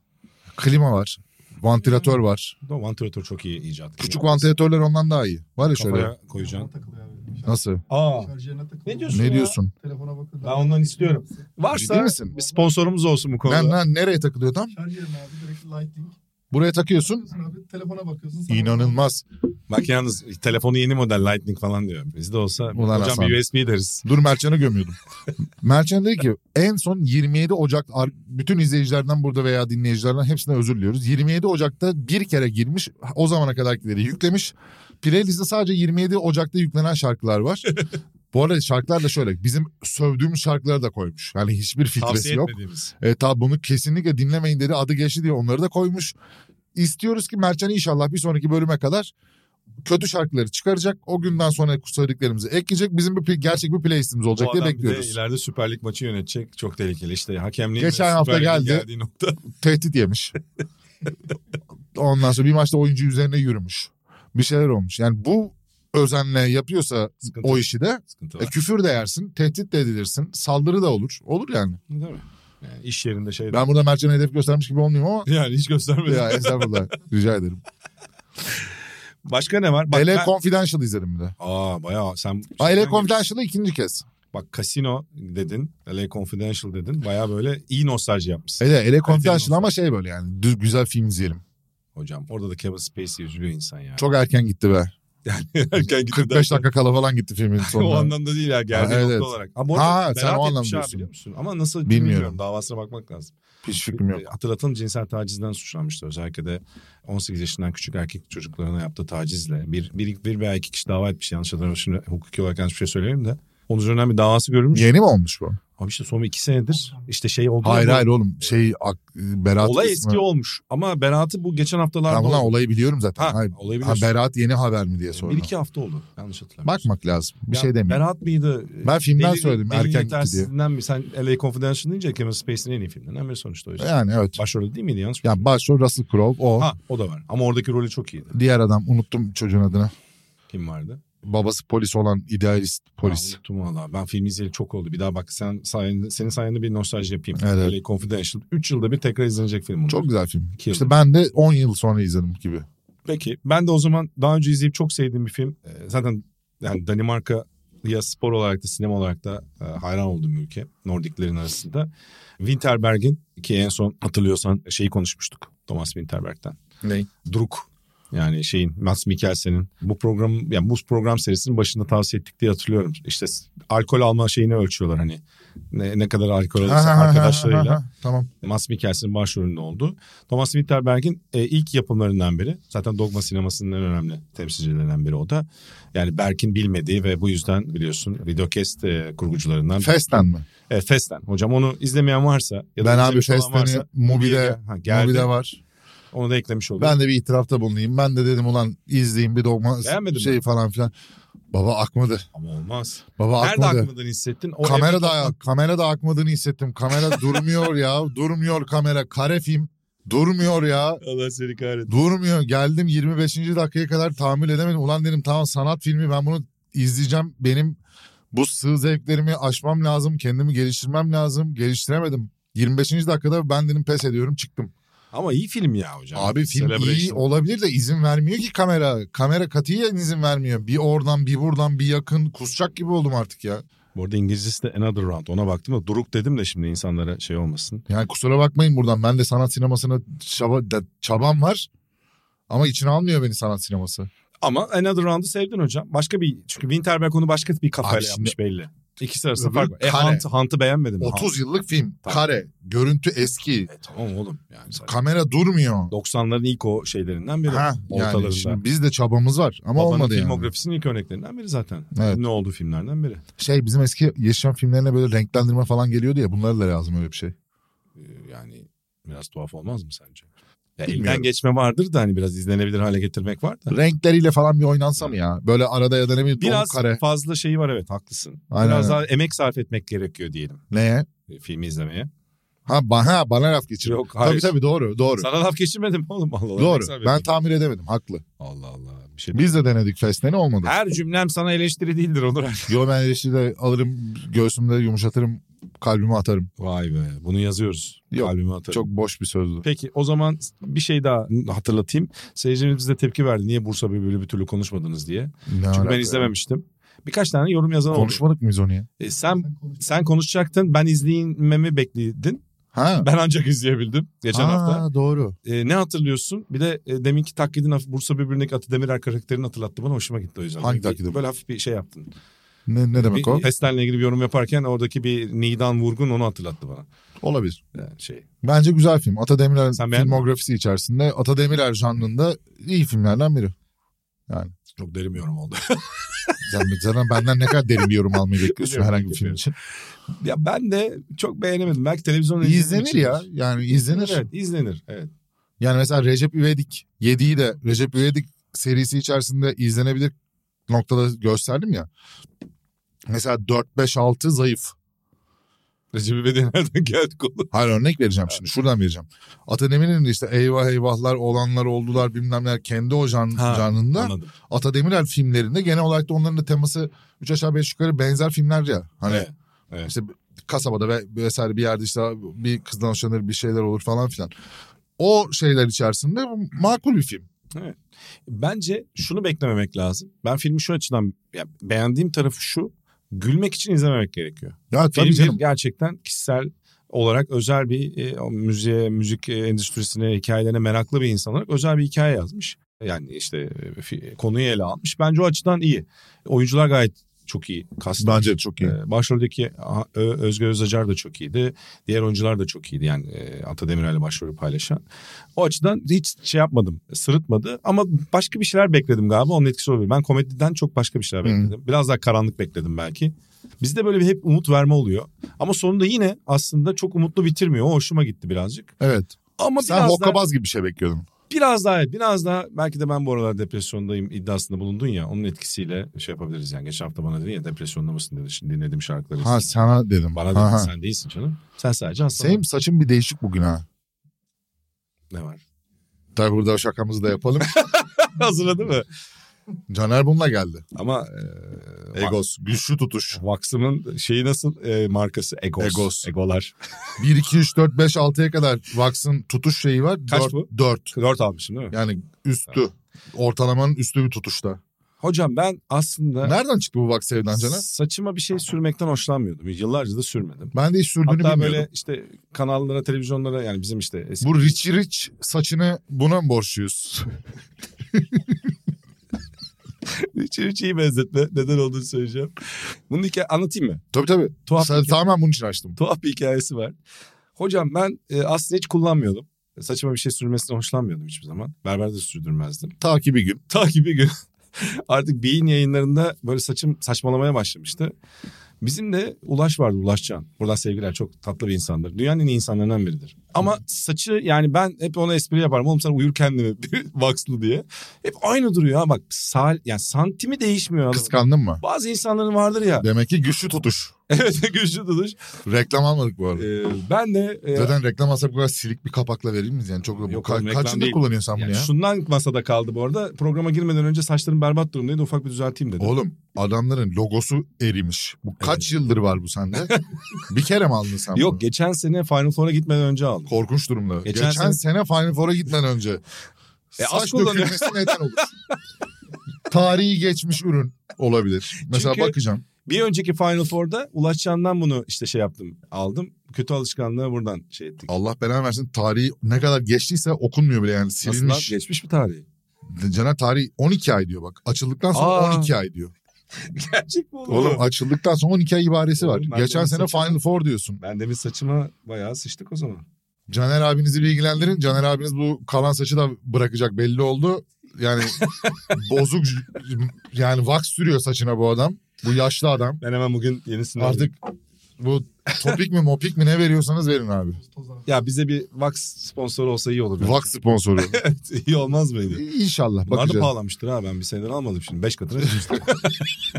Speaker 3: Klima var. Vantilatör var.
Speaker 2: Ama vantilatör çok iyi icat.
Speaker 3: Küçük vantilatörler ondan daha iyi. Var ya şöyle.
Speaker 2: Kafaya koyacaksın.
Speaker 4: Takılıyor abi. Şarj-
Speaker 3: Nasıl?
Speaker 2: Aa
Speaker 4: şarj yerine takılıyor.
Speaker 2: ne diyorsun
Speaker 3: Ne
Speaker 2: ya?
Speaker 3: diyorsun?
Speaker 4: Telefona bakın.
Speaker 2: Ben ondan istiyorum.
Speaker 3: Ciddi
Speaker 2: Varsa
Speaker 3: misin?
Speaker 2: bir sponsorumuz olsun bu konuda.
Speaker 3: Ben, ben nereye takılıyor tam?
Speaker 4: Şarj yerine abi direkt lighting.
Speaker 3: Buraya takıyorsun.
Speaker 4: Bakıyorsun abi telefona bakıyorsun. sana-
Speaker 3: İnanılmaz.
Speaker 2: Bak yalnız telefonu yeni model Lightning falan diyor. Bizde olsa
Speaker 3: Ulan
Speaker 2: hocam
Speaker 3: Hasan.
Speaker 2: bir USB deriz.
Speaker 3: Dur Mertcan'a gömüyordum. Mertcan dedi ki en son 27 Ocak ar- bütün izleyicilerden burada veya dinleyicilerden hepsine özür diliyoruz. 27 Ocak'ta bir kere girmiş o zamana kadarkileri yüklemiş. Playlist'te sadece 27 Ocak'ta yüklenen şarkılar var. Bu arada şarkılar da şöyle bizim sövdüğümüz şarkıları da koymuş. Yani hiçbir filtresi
Speaker 2: Tavsiye
Speaker 3: yok.
Speaker 2: etmediğimiz.
Speaker 3: E, tabi bunu kesinlikle dinlemeyin dedi. Adı geçti diye onları da koymuş. İstiyoruz ki Mertcan inşallah bir sonraki bölüme kadar kötü şarkıları çıkaracak. O günden sonra söylediklerimizi ekleyecek. Bizim bir pl- gerçek bir playlistimiz
Speaker 2: Bu
Speaker 3: olacak diye
Speaker 2: adam bir de
Speaker 3: bekliyoruz.
Speaker 2: ileride Süper Lig maçı yönetecek. Çok tehlikeli işte. Hakemliğin
Speaker 3: Geçen
Speaker 2: ve
Speaker 3: hafta
Speaker 2: Süper Lig'in
Speaker 3: geldi.
Speaker 2: geldiği nokta.
Speaker 3: Tehdit yemiş. Ondan sonra bir maçta oyuncu üzerine yürümüş. Bir şeyler olmuş. Yani bu özenle yapıyorsa
Speaker 2: Sıkıntı,
Speaker 3: o işi de
Speaker 2: sıkıntı
Speaker 3: e,
Speaker 2: var.
Speaker 3: küfür de yersin, tehdit de edilirsin, saldırı da olur. Olur yani.
Speaker 2: Değil mi? Yani iş yerinde şey.
Speaker 3: Ben burada Mertcan'a hedef göstermiş gibi olmayayım ama
Speaker 2: Yani hiç göstermedim.
Speaker 3: ya estağfurullah rica ederim.
Speaker 2: Başka ne var? Bak,
Speaker 3: LA
Speaker 2: ben-
Speaker 3: Confidential izledim bir de.
Speaker 2: Aa bayağı sen...
Speaker 3: Aile
Speaker 2: sen-
Speaker 3: Confidential'ı ikinci kez.
Speaker 2: Bak Casino dedin. LA Confidential dedin. Bayağı böyle iyi nostalji yapmışsın.
Speaker 3: Ele, ele
Speaker 2: olsun.
Speaker 3: Confidential ama şey böyle yani düz güzel film izleyelim.
Speaker 2: Hocam orada da Kevin Spacey üzülüyor insan ya.
Speaker 3: Çok erken gitti be.
Speaker 2: Erken gitti
Speaker 3: 45 dakika kala falan gitti filmin
Speaker 2: o
Speaker 3: sonunda.
Speaker 2: anlamda değil ya geldiği
Speaker 3: Ha,
Speaker 2: nokta
Speaker 3: evet.
Speaker 2: olarak. Ama bu
Speaker 3: Ha,
Speaker 2: arada
Speaker 3: sen
Speaker 2: beraat
Speaker 3: o
Speaker 2: etmiş
Speaker 3: anlamda
Speaker 2: abi,
Speaker 3: diyorsun.
Speaker 2: biliyor musun? Ama nasıl bilmiyorum.
Speaker 3: Bilmiyorum.
Speaker 2: Davasına bakmak lazım.
Speaker 3: Hiç fikrim yok.
Speaker 2: Hatırlatalım cinsel tacizden suçlanmıştı. Özellikle de 18 yaşından küçük erkek çocuklarına yaptığı tacizle. Bir, bir, bir veya iki kişi dava etmiş yanlış hatırlamıyorum. Şimdi hukuki olarak yanlış bir şey söyleyeyim de. Onun üzerinden bir davası görülmüş.
Speaker 3: Yeni mi olmuş bu?
Speaker 2: Abi işte son iki senedir işte şey oldu.
Speaker 3: Hayır
Speaker 2: ya, bu-
Speaker 3: hayır oğlum şey ak, Berat
Speaker 2: Olay
Speaker 3: kısmı.
Speaker 2: eski olmuş ama beraatı bu geçen haftalarda
Speaker 3: Tamam lan
Speaker 2: oldu.
Speaker 3: olayı biliyorum zaten.
Speaker 2: Ha,
Speaker 3: Hayır.
Speaker 2: olayı
Speaker 3: Ha,
Speaker 2: biliyorsun.
Speaker 3: Berat yeni haber mi diye sordum.
Speaker 2: bir iki hafta oldu yanlış hatırlamıyorum.
Speaker 3: Bakmak lazım. Bir
Speaker 2: Ya,
Speaker 3: şey demeyeyim.
Speaker 2: Berat mıydı?
Speaker 3: Ben filmden söyledim, erken gitti
Speaker 2: yetersizliğinden mi? Sen LA Confidential deyince Kevin Spacey'nin en iyi filmlerinden biri sonuçta o yüzden.
Speaker 3: Yani evet.
Speaker 2: Başrolü değil miydi yanlış mı?
Speaker 3: Ya başrol Russell Crowe o.
Speaker 2: Ha o da var. Ama oradaki rolü çok iyiydi.
Speaker 3: Diğer adam unuttum çocuğun adını.
Speaker 2: Kim vardı?
Speaker 3: Babası polis olan idealist polis.
Speaker 2: Ha, unuttum valla. Ben film izleyeli çok oldu. Bir daha bak sen sayende, senin sayende bir nostalji yapayım.
Speaker 3: Evet, evet.
Speaker 2: LA Confidential. 3 yılda bir tekrar izlenecek film. bunlar.
Speaker 3: Çok güzel film.
Speaker 2: İki yıl.
Speaker 3: İşte ben de 10 yıl sonra izledim gibi.
Speaker 2: Peki ben de o zaman daha önce izleyip çok sevdiğim bir film. Ee, Zaten yani Danimarka'ya spor olarak da sinema olarak da e, hayran olduğum bir ülke. Nordiklerin arasında. Winterberg'in ki en son hatırlıyorsan şeyi konuşmuştuk. Thomas Winterberg'den.
Speaker 3: Ney?
Speaker 2: Druk. Yani şeyin Mats Mikkelsen'in bu program yani bu program serisinin başında tavsiye ettik diye hatırlıyorum. İşte s- alkol alma şeyini ölçüyorlar hani. Ne, ne kadar alkol alırsa arkadaşlarıyla.
Speaker 3: Tamam.
Speaker 2: Mads Mikkelsen'in başrolünde oldu. Thomas Winterberg'in e, ilk yapımlarından biri. Zaten Dogma sinemasının en önemli temsilcilerinden biri o da. Yani Berk'in bilmediği ve bu yüzden biliyorsun Videocast e, kurgucularından.
Speaker 3: Festen mi?
Speaker 2: E, Festen. Hocam onu izlemeyen varsa ya da
Speaker 3: Ben abi
Speaker 2: izlemiş olan
Speaker 3: Festen'i
Speaker 2: varsa,
Speaker 3: Mubi'de,
Speaker 2: Ha, geldi.
Speaker 3: Mubi'de var.
Speaker 2: Onu da eklemiş olduk.
Speaker 3: Ben de bir itirafta bulunayım. Ben de dedim ulan izleyeyim bir dogma
Speaker 2: Beğenmedin
Speaker 3: şey
Speaker 2: mi?
Speaker 3: falan filan. Baba akmadı.
Speaker 2: Ama olmaz.
Speaker 3: Baba
Speaker 2: Nerede
Speaker 3: akmadı.
Speaker 2: aklından hissettin? O
Speaker 3: kamera
Speaker 2: evde-
Speaker 3: da kamera da akmadığını hissettim. Kamera durmuyor ya. Durmuyor kamera. Kare film. Durmuyor ya.
Speaker 2: Allah seni kahretsin.
Speaker 3: Durmuyor. Geldim 25. dakikaya kadar tahammül edemedim. Ulan dedim tamam sanat filmi ben bunu izleyeceğim. Benim bu sığ zevklerimi aşmam lazım. Kendimi geliştirmem lazım. Geliştiremedim. 25. dakikada ben dedim pes ediyorum çıktım.
Speaker 2: Ama iyi film ya hocam.
Speaker 3: Abi film iyi
Speaker 2: Celebration.
Speaker 3: olabilir de izin vermiyor ki kamera. Kamera katiyen izin vermiyor. Bir oradan bir buradan bir yakın kusacak gibi oldum artık ya.
Speaker 2: Bu arada İngilizcesi de Another Round. Ona baktım da Duruk dedim de şimdi insanlara şey olmasın.
Speaker 3: Yani kusura bakmayın buradan ben de sanat sinemasına çaba, da- çabam var. Ama içine almıyor beni sanat sineması.
Speaker 2: Ama Another Round'u sevdin hocam. Başka bir çünkü Winterberg onu başka bir kafayla
Speaker 3: Abi şimdi-
Speaker 2: yapmış belli. İkisi arasında
Speaker 3: Öbür
Speaker 2: fark var. E,
Speaker 3: kare.
Speaker 2: Hunt, Hunt'ı beğenmedim.
Speaker 3: 30 yıllık film.
Speaker 2: Tamam.
Speaker 3: Kare. Görüntü eski.
Speaker 2: Tamam oğlum. Yani zaten
Speaker 3: Kamera durmuyor.
Speaker 2: 90'ların ilk o şeylerinden biri.
Speaker 3: Ha,
Speaker 2: ortalarında.
Speaker 3: yani şimdi biz de çabamız var ama
Speaker 2: Babanın
Speaker 3: olmadı yani.
Speaker 2: filmografisinin ilk örneklerinden biri zaten.
Speaker 3: Evet.
Speaker 2: Ne olduğu filmlerden biri.
Speaker 3: Şey bizim eski Yeşilçam filmlerine böyle renklendirme falan geliyordu ya bunlara da lazım öyle bir şey.
Speaker 2: Ee, Yani biraz tuhaf olmaz mı sence? Ya
Speaker 3: Bilmiyorum.
Speaker 2: elden geçme vardır da hani biraz izlenebilir hale getirmek var da.
Speaker 3: Renkleriyle falan bir oynansa mı ya? Böyle arada ya da ne bileyim
Speaker 2: Biraz
Speaker 3: dolu kare.
Speaker 2: fazla şeyi var evet haklısın.
Speaker 3: Aynen,
Speaker 2: Biraz
Speaker 3: aynen.
Speaker 2: daha emek sarf etmek gerekiyor diyelim
Speaker 3: Neye?
Speaker 2: e, filmi izlemeye.
Speaker 3: Ha, ba- ha bana laf geçir.
Speaker 2: Yok,
Speaker 3: tabii
Speaker 2: hayır.
Speaker 3: tabii doğru doğru.
Speaker 2: Sana laf geçirmedim oğlum Allah Allah. emek sarf
Speaker 3: doğru. Ben
Speaker 2: etmek.
Speaker 3: tamir edemedim haklı.
Speaker 2: Allah Allah bir şey.
Speaker 3: Biz de denedik Fesne'ni olmadı.
Speaker 2: Her cümlem sana eleştiri değildir Onur.
Speaker 3: Yo ben eleştiri de alırım göğsümde yumuşatırım kalbime atarım.
Speaker 2: Vay be bunu yazıyoruz.
Speaker 3: Yok,
Speaker 2: Kalbime atarım.
Speaker 3: Çok boş bir sözdü.
Speaker 2: Peki o zaman bir şey daha hatırlatayım. Seyircimiz bize tepki verdi. Niye Bursa Bülbülü bir türlü konuşmadınız diye.
Speaker 3: Ne
Speaker 2: Çünkü
Speaker 3: alaka
Speaker 2: ben
Speaker 3: ya?
Speaker 2: izlememiştim. Birkaç tane yorum yazan oldu.
Speaker 3: Konuşmadık mıyız onu ya?
Speaker 2: E, sen sen konuşacaktın. Ben izleyinmemi bekledin.
Speaker 3: Ha.
Speaker 2: Ben ancak izleyebildim geçen
Speaker 3: Aa,
Speaker 2: hafta.
Speaker 3: doğru.
Speaker 2: E, ne hatırlıyorsun? Bir de e, deminki taklidin hafif- Bursa Bülbülü'ndeki Atı Demirer karakterini hatırlattı bana. Hoşuma gitti o yüzden.
Speaker 3: Hangi
Speaker 2: Bir-
Speaker 3: taklidi?
Speaker 2: Böyle hafif bir şey yaptın.
Speaker 3: Ne, ne demek o?
Speaker 2: Bir, Festel'le ilgili bir yorum yaparken oradaki bir Nidan Vurgun onu hatırlattı bana.
Speaker 3: Olabilir.
Speaker 2: Yani şey.
Speaker 3: Bence güzel film. Ata Demirer'in
Speaker 2: Sen beğendin
Speaker 3: filmografisi içerisinde Ata Demirer janrında iyi filmlerden biri.
Speaker 2: Çok derin bir yorum oldu.
Speaker 3: Sen zaten benden ne kadar derin bir yorum almayı bekliyorsun
Speaker 2: Biliyorum,
Speaker 3: herhangi bir film için.
Speaker 2: ya ben de çok beğenemedim. Belki televizyonda izlediğim
Speaker 3: İzlenir
Speaker 2: için.
Speaker 3: ya. Yani izlenir.
Speaker 2: Evet izlenir. Evet.
Speaker 3: Yani mesela Recep İvedik 7'yi de Recep İvedik serisi içerisinde izlenebilir noktada gösterdim ya. Mesela 4 5 6 zayıf.
Speaker 2: Recep İvedik'e nereden geldi konu?
Speaker 3: Hayır örnek vereceğim şimdi. Şuradan vereceğim. Ata Demirer'in de işte eyvah eyvahlar olanlar oldular bilmem neler kendi o jan,
Speaker 2: Ha,
Speaker 3: janrında.
Speaker 2: Anladım.
Speaker 3: Ata Demirer filmlerinde genel olarak da onların da teması 3 aşağı 5 yukarı benzer filmler ya. Hani
Speaker 2: Evet, evet.
Speaker 3: işte kasabada ve vesaire bir yerde işte bir kızdan hoşlanır bir şeyler olur falan filan. O şeyler içerisinde makul bir film.
Speaker 2: Bence şunu beklememek lazım. Ben filmi şu açıdan ya, beğendiğim tarafı şu. Gülmek için izlememek gerekiyor.
Speaker 3: Ya
Speaker 2: Film
Speaker 3: tabii
Speaker 2: bir
Speaker 3: canım.
Speaker 2: gerçekten kişisel olarak özel bir e, o müziğe, müzik e, endüstrisine, hikayelerine meraklı bir insan olarak özel bir hikaye yazmış. Yani işte e, fi- konuyu ele almış. Bence o açıdan iyi. Oyuncular gayet çok iyi. Kastım.
Speaker 3: Bence de çok iyi.
Speaker 2: Ee, başroldeki Aha- Ö- Özge Özacar da çok iyiydi. Diğer oyuncular da çok iyiydi. Yani e, Ata Demirer'le başrolü paylaşan. O açıdan hiç şey yapmadım. Sırıtmadı. Ama başka bir şeyler bekledim galiba. Onun etkisi olabilir. Ben komediden çok başka bir şeyler
Speaker 3: Hı.
Speaker 2: bekledim. Biraz daha karanlık bekledim belki. Bizde böyle bir hep umut verme oluyor. Ama sonunda yine aslında çok umutlu bitirmiyor. O hoşuma gitti birazcık.
Speaker 3: Evet.
Speaker 2: Ama biraz
Speaker 3: Sen
Speaker 2: daha,
Speaker 3: hokkabaz gibi bir şey bekliyordun.
Speaker 2: biraz daha biraz daha belki de ben bu aralar depresyondayım iddiasında bulundun ya onun etkisiyle şey yapabiliriz yani geçen hafta bana dedin ya depresyonda mısın dedi şimdi dinlediğim şarkıları.
Speaker 3: Ha sana dedim.
Speaker 2: Bana
Speaker 3: Ha,
Speaker 2: dedin
Speaker 3: ha.
Speaker 2: sen değilsin canım. Sen sadece hastalan.
Speaker 3: Senin saçın bir değişik bugün ha.
Speaker 2: Ne var?
Speaker 3: Tabii burada o şakamızı da yapalım.
Speaker 2: Hazırladı mı?
Speaker 3: Caner bununla geldi.
Speaker 2: Ama e, va-
Speaker 3: Egos. Güçlü tutuş.
Speaker 2: Vax'ımın şeyi nasıl e, markası? Egos.
Speaker 3: Egos.
Speaker 2: Egolar.
Speaker 3: 1, 2, 3, 4, 5, 6'ya kadar Vax'ın tutuş şeyi var.
Speaker 2: Kaç
Speaker 3: 4,
Speaker 2: bu?
Speaker 3: 4.
Speaker 2: 4 almışım değil mi?
Speaker 3: Yani üstü. Ortalamanın üstü bir tutuşta.
Speaker 2: Hocam ben aslında
Speaker 3: Nereden çıktı bu Vax sevdan Caner?
Speaker 2: saçıma bir şey sürmekten hoşlanmıyordum. Yıllarca da sürmedim.
Speaker 3: Ben de hiç sürdüğünü
Speaker 2: Hatta
Speaker 3: bilmiyordum.
Speaker 2: böyle işte kanallara, televizyonlara yani bizim işte eski
Speaker 3: Bu Rich Rich saçını buna mı borçluyuz?
Speaker 2: hiç, hiç iyi benzetme. Neden olduğunu söyleyeceğim. Bunun hikaye anlatayım mı?
Speaker 3: tabii tabii.
Speaker 2: Tuhaf
Speaker 3: Sa- tamamen bunun için açtım.
Speaker 2: tuhaf bir hikayesi var. Hocam ben e, aslında hiç kullanmıyordum. Saçıma bir şey sürmesine hoşlanmıyordum hiçbir zaman. Berberde sürdürmezdim.
Speaker 3: Ta ki bir gün.
Speaker 2: Ta ki bir gün artık Beyin yayınlarında böyle saçım saçmalamaya başlamıştı. Bizim de Ulaş vardı Ulaş Can. Buradan sevgiler çok tatlı bir insandır. Dünyanın en iyi insanlarından biridir. Ama saçı yani ben hep ona espri yaparım. Oğlum sen uyurken de mi vakslı diye. Hep aynı duruyor ha bak. Sal, yani santimi değişmiyor. adamın.
Speaker 3: Kıskandın mı?
Speaker 2: Bazı insanların vardır ya.
Speaker 3: Demek ki güçlü tutuş.
Speaker 2: evet güçlü duruş.
Speaker 3: Reklam almadık bu arada.
Speaker 2: Ee, ben de e,
Speaker 3: Zaten reklam alsak bu kadar silik bir kapakla verir miyiz? Yani çok
Speaker 2: Yok
Speaker 3: Ka-
Speaker 2: oğlum, reklam
Speaker 3: kaçında
Speaker 2: değil.
Speaker 3: kullanıyorsun sen bunu
Speaker 2: Yani
Speaker 3: ya?
Speaker 2: şundan masada kaldı bu arada. Programa girmeden önce saçlarım berbat durumdaydı. Ufak bir düzelteyim dedim.
Speaker 3: Oğlum adamların logosu erimiş. Bu kaç yıldır var bu sende? bir kere mi aldın sen
Speaker 2: Yok
Speaker 3: bunu?
Speaker 2: geçen sene Final Four'a gitmeden önce aldım.
Speaker 3: Korkunç durumda. Geçen,
Speaker 2: Geçen E,
Speaker 3: sene... Final Four'a gitmeden önce.
Speaker 2: az
Speaker 3: saç
Speaker 2: kullanıyor.
Speaker 3: dökülmesi neden olur. Tarihi geçmiş ürün olabilir. Mesela
Speaker 2: Çünkü-
Speaker 3: bakacağım.
Speaker 2: Bir önceki Final Four'da Ulaş Can'dan bunu işte şey yaptım aldım. Kötü alışkanlığı buradan şey ettik.
Speaker 3: Allah belanı versin tarihi ne kadar geçtiyse okunmuyor bile yani
Speaker 2: Nasıl lan?
Speaker 3: silinmiş.
Speaker 2: geçmiş bir tarihi.
Speaker 3: Caner tarihi 12 ay diyor bak. Açıldıktan sonra
Speaker 2: Aa.
Speaker 3: 12 ay diyor.
Speaker 2: Gerçek bu.
Speaker 3: Oğlum, açıldıktan sonra 12 ay ibaresi
Speaker 2: Oğlum, ben
Speaker 3: var. Geçen
Speaker 2: de
Speaker 3: sene
Speaker 2: saçma-
Speaker 3: Final Four diyorsun.
Speaker 2: ben de bir saçıma bayağı sıçtık o zaman.
Speaker 3: Caner abinizi bilgilendirin. Caner abiniz bu kalan saçı da bırakacak belli oldu. Yani bozuk yani vaks sürüyor saçına bu adam. Bu yaşlı adam.
Speaker 2: Ben hemen bugün yenisini aldım.
Speaker 3: Artık bu topik mi mopik mi ne veriyorsanız verin abi.
Speaker 4: Toz abi.
Speaker 2: Ya bize bir Vax sponsoru olsa iyi olur.
Speaker 3: Vaks sponsoru.
Speaker 2: iyi olmaz mıydı?
Speaker 3: İnşallah
Speaker 2: Bunlar da
Speaker 3: bakacağız.
Speaker 2: pahalanmıştır ha ben bir seneden almadım şimdi. Beş katına düşmüştür.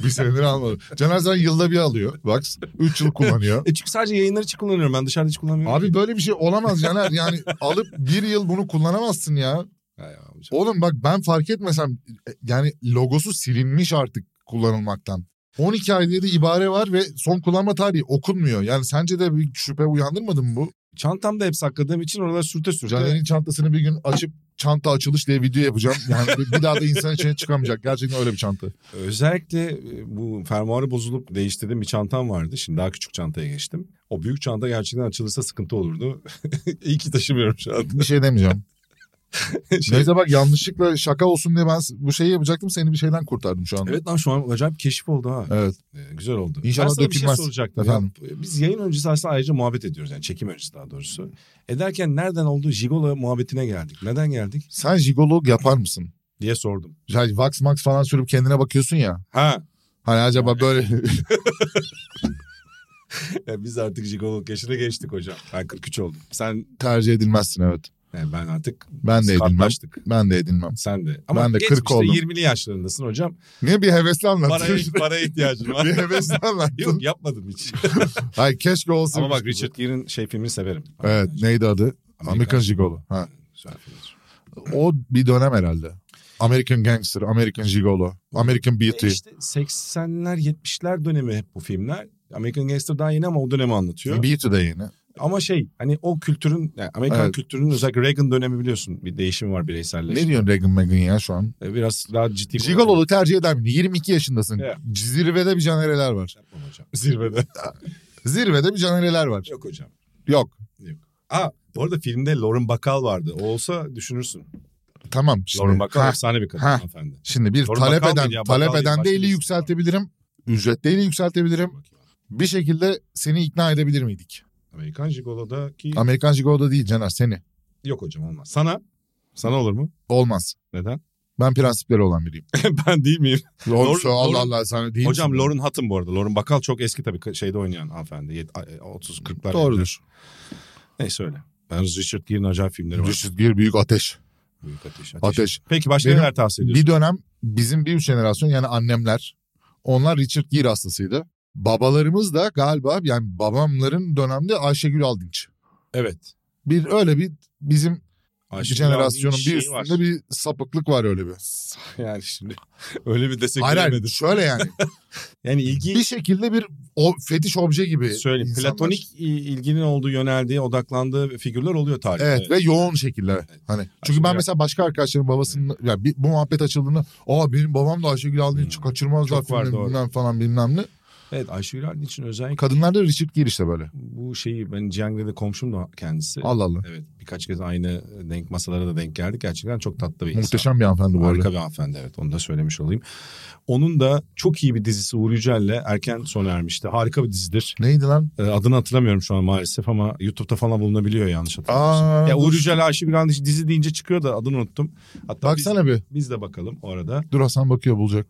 Speaker 3: Bir senedir almadım. Caner zaten yılda bir alıyor. Vaks. 3 yıl kullanıyor.
Speaker 2: e çünkü sadece yayınlar için kullanıyorum ben dışarıda hiç kullanmıyorum.
Speaker 3: Abi böyle bir şey olamaz Caner. Yani alıp bir yıl bunu kullanamazsın ya.
Speaker 2: Ha ya, hocam.
Speaker 3: Oğlum bak ben fark etmesem e, yani logosu silinmiş artık kullanılmaktan. 12 ay diye de ibare var ve son kullanma tarihi okunmuyor. Yani sence de bir şüphe uyandırmadı mı bu?
Speaker 2: Çantamda hep sakladığım için oralar sürte sürte.
Speaker 3: Caner'in çantasını bir gün açıp çanta açılış diye video yapacağım. Yani bir- bir daha da insan içine çıkamayacak. Gerçekten öyle bir çanta.
Speaker 2: Özellikle e, bu fermuarı bozulup değiştirdiğim bir çantam vardı. Şimdi daha küçük çantaya geçtim. O büyük çanta gerçekten açılırsa sıkıntı olurdu. iyi ki taşımıyorum şu an.
Speaker 3: Bir şey demeyeceğim.
Speaker 2: Şey-
Speaker 3: Neyse bak yanlışlıkla şaka olsun diye ben s- bu şeyi yapacaktım. Seni bir şeyden kurtardım şu anda.
Speaker 2: Evet lan şu an acayip keşif oldu ha.
Speaker 3: Evet.
Speaker 2: Ee, güzel oldu.
Speaker 3: İnşallah
Speaker 2: ben sana bir şey
Speaker 3: dökülmez.
Speaker 2: soracaktım.
Speaker 3: Efendim?
Speaker 2: Ya, biz yayın öncesi aslında ayrıca muhabbet ediyoruz. Yani çekim öncesi daha doğrusu. Ederken nereden oldu Jigolo muhabbetine geldik. Neden geldik
Speaker 3: Sen jigolog yapar mısın?
Speaker 2: diye sordum.
Speaker 3: Yani wax max falan sürüp kendine bakıyorsun ya.
Speaker 2: Ha
Speaker 3: Hani acaba böyle
Speaker 2: ya e, biz artık jigololuk yaşına geçtik hocam. Ben 43 oldum. Sen
Speaker 3: tercih edilmezsin evet.
Speaker 2: yani ben artık
Speaker 3: Ben de edilmem.
Speaker 2: kartlaştık.
Speaker 3: Ben de edinmem.
Speaker 2: Sen de. Ama
Speaker 3: Ben de
Speaker 2: geç
Speaker 3: 40
Speaker 2: işte,
Speaker 3: oldum.
Speaker 2: 20'li yaşlarındasın hocam.
Speaker 3: Niye bir hevesli
Speaker 2: Paraya,
Speaker 3: anlattın?
Speaker 2: paraya ihtiyacım var.
Speaker 3: bir hevesli
Speaker 2: Yok
Speaker 3: anlattın.
Speaker 2: yapmadım hiç.
Speaker 3: Hayır keşke olsun.
Speaker 2: Ama bak Richard Gere'in şey filmini severim.
Speaker 3: Evet neydi adı?
Speaker 2: Amerikan-
Speaker 3: Amerikan Jigolo. Ha.
Speaker 2: Güzel filmdir.
Speaker 3: O bir dönem herhalde. American Gangster, American Jigolo, American Beauty.
Speaker 2: E işte 80'ler 70'ler dönemi hep bu filmler. American Gangster daha yeni ama o dönemi anlatıyor.
Speaker 3: Beauty de yeni.
Speaker 2: Ama şey hani o kültürün yani Amerikan
Speaker 3: Evet.
Speaker 2: kültürünün özellikle Reagan dönemi biliyorsun bir değişim var bireyselleşme.
Speaker 3: Ne diyorsun Reagan Megan ya şu an?
Speaker 2: E, Biraz daha ciddi.
Speaker 3: Jigolo'lu tercih eder mi? 22 yaşındasın.
Speaker 2: Evet.
Speaker 3: Zirvede bir canereler var.
Speaker 2: Yapmam hocam. Zirvede.
Speaker 3: Zirvede bir canereler var.
Speaker 2: Yok hocam.
Speaker 3: Yok.
Speaker 2: Aa bu arada filmde Lauren Bacall vardı. O olsa düşünürsün.
Speaker 3: Tamam şimdi.
Speaker 2: Lauren Bacall
Speaker 3: Ha,
Speaker 2: efsane bir kadın
Speaker 3: Ha.
Speaker 2: hanımefendi.
Speaker 3: Şimdi bir
Speaker 2: Lauren
Speaker 3: talep
Speaker 2: Bacall
Speaker 3: eden,
Speaker 2: değil ya, Bacall
Speaker 3: talep
Speaker 2: değil,
Speaker 3: eden
Speaker 2: başka
Speaker 3: de eli
Speaker 2: birisi.
Speaker 3: yükseltebilirim. Ücretle eli yükseltebilirim. Bir şekilde seni ikna edebilir miydik?
Speaker 2: Amerikan Jigolo'daki...
Speaker 3: Amerikan Jigolo'da değil Caner seni.
Speaker 2: Yok hocam olmaz. Sana? Sana olur mu?
Speaker 3: Olmaz.
Speaker 2: Neden?
Speaker 3: Ben prensipleri olan biriyim.
Speaker 2: ben değil miyim?
Speaker 3: Doğru,
Speaker 2: Lauren-
Speaker 3: Allah
Speaker 2: Lauren-
Speaker 3: Allah sana değil
Speaker 2: Hocam
Speaker 3: misin?
Speaker 2: Lauren Hutton bu arada. Lauren Bacall çok eski tabii ka- şeyde oynayan hanımefendi. Yet- a- e, 30 40'lar.
Speaker 3: Doğrudur.
Speaker 2: Neyse öyle. Ben Richard Gere'in acayip filmleri var.
Speaker 3: Düşüş bir büyük ateş.
Speaker 2: Büyük ateş. Ateş.
Speaker 3: Ateş.
Speaker 2: Peki başka
Speaker 3: Benim-
Speaker 2: neler tavsiye ediyorsun?
Speaker 3: Bir dönem bizim bir üç jenerasyon yani annemler onlar Richard Gere hastasıydı. Babalarımız da galiba yani babamların dönemde Ayşegül Aldinç.
Speaker 2: Evet.
Speaker 3: Bir öyle bir bizim
Speaker 2: Ayşegül
Speaker 3: jenerasyonun
Speaker 2: Aldin'in
Speaker 3: bir
Speaker 2: şeyi şey var.
Speaker 3: üstünde bir sapıklık var öyle bir.
Speaker 2: Yani şimdi öyle bir desek
Speaker 3: Hayır, hayır
Speaker 2: bilemedim.
Speaker 3: şöyle yani.
Speaker 2: Yani ilgi
Speaker 3: bir şekilde bir o fetiş obje gibi.
Speaker 2: söyleyeyim.
Speaker 3: insanlar.
Speaker 2: Platonik i- ilginin olduğu, yöneldiği, odaklandığı figürler oluyor tarihte.
Speaker 3: Evet, ve yoğun şekilde. Hani çünkü ben
Speaker 2: Ayşegül-
Speaker 3: mesela başka arkadaşlarımın babasının ya bir, bu muhabbet açıldığında aa benim babam da Ayşegül Aldınç'ı
Speaker 2: Hmm.
Speaker 3: kaçırmazlar
Speaker 2: Çok var,
Speaker 3: filmini
Speaker 2: doğru.
Speaker 3: bilmem falan bilmem ne.
Speaker 2: Evet Ayşegül Aldin için özellikle
Speaker 3: Kadınlarda Richard Gere işte böyle.
Speaker 2: bu şeyi ben Cihangir'de komşum da kendisi.
Speaker 3: Allah Allah.
Speaker 2: Evet birkaç kez aynı e, denk masalara da denk geldik. Gerçekten çok tatlı bir insan.
Speaker 3: Muhteşem bir hanımefendi bu arada.
Speaker 2: Harika bir hanımefendi evet onu da söylemiş olayım. Onun da çok iyi bir dizisi Uğur Yücel'le erken sona ermişti. Harika bir dizidir.
Speaker 3: Neydi lan?
Speaker 2: Ee, Adını hatırlamıyorum şu an maalesef ama YouTube'da falan bulunabiliyor yanlış hatırlamıyorsam.
Speaker 3: Aa,
Speaker 2: Ya
Speaker 3: dur.
Speaker 2: Uğur Yücel Ayşegül Andiş dizi deyince çıkıyor da adını unuttum. Hatta
Speaker 3: Baksana bir.
Speaker 2: Biz, biz de bakalım o arada.
Speaker 3: Dur Hasan bakıyor bulacak.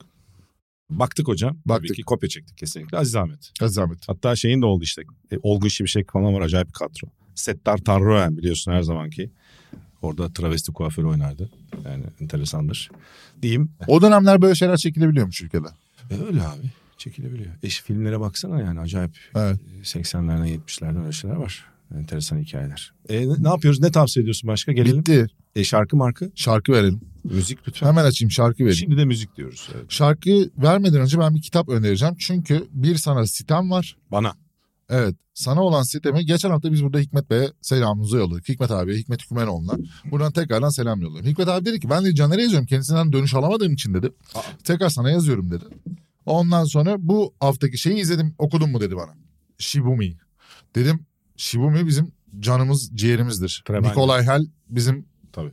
Speaker 2: Baktık hocam. Tabii
Speaker 3: Baktık.
Speaker 2: ki kopya çektik kesinlikle. Aziz Ahmet.
Speaker 3: Az zahmet.
Speaker 2: Hatta şeyin de oldu işte. E, Olgun Şimşek falan var acayip bir kadro. Settar Tanrıören biliyorsun her zamanki. Orada travesti kuaförü oynardı. Yani enteresandır. Diyeyim.
Speaker 3: O dönemler böyle şeyler çekilebiliyormuş ülkede.
Speaker 2: E, öyle abi. Çekilebiliyor. Eş filmlere baksana yani acayip.
Speaker 3: Evet.
Speaker 2: E, 80'lerden 70'lerden öyle şeyler var. Enteresan hikayeler. E, ne- ne yapıyoruz? Ne tavsiye ediyorsun başka? Gelelim.
Speaker 3: Bitti.
Speaker 2: E, şarkı markı.
Speaker 3: Şarkı verelim.
Speaker 2: Müzik lütfen.
Speaker 3: Hemen açayım şarkı vereyim.
Speaker 2: Şimdi de müzik diyoruz. Evet.
Speaker 3: Şarkı vermeden önce ben bir kitap önereceğim. Çünkü bir sana sitem var.
Speaker 2: Bana.
Speaker 3: Evet. Sana olan sitemi geçen hafta biz burada Hikmet Bey'e selamımızı yolladık. Hikmet abiye, Hikmet Hükümenoğlu'na. Buradan tekrardan selam yolluyorum. Hikmet abi dedi ki ben de Caner'e yazıyorum. Kendisinden dönüş alamadığım için dedi.
Speaker 2: Aa.
Speaker 3: Tekrar sana yazıyorum dedi. Ondan sonra bu haftaki şeyi izledim okudun mu dedi bana. Shibumi. Dedim Shibumi bizim canımız ciğerimizdir.
Speaker 2: Tremendous.
Speaker 3: Nikolay Hel bizim
Speaker 2: Tabii.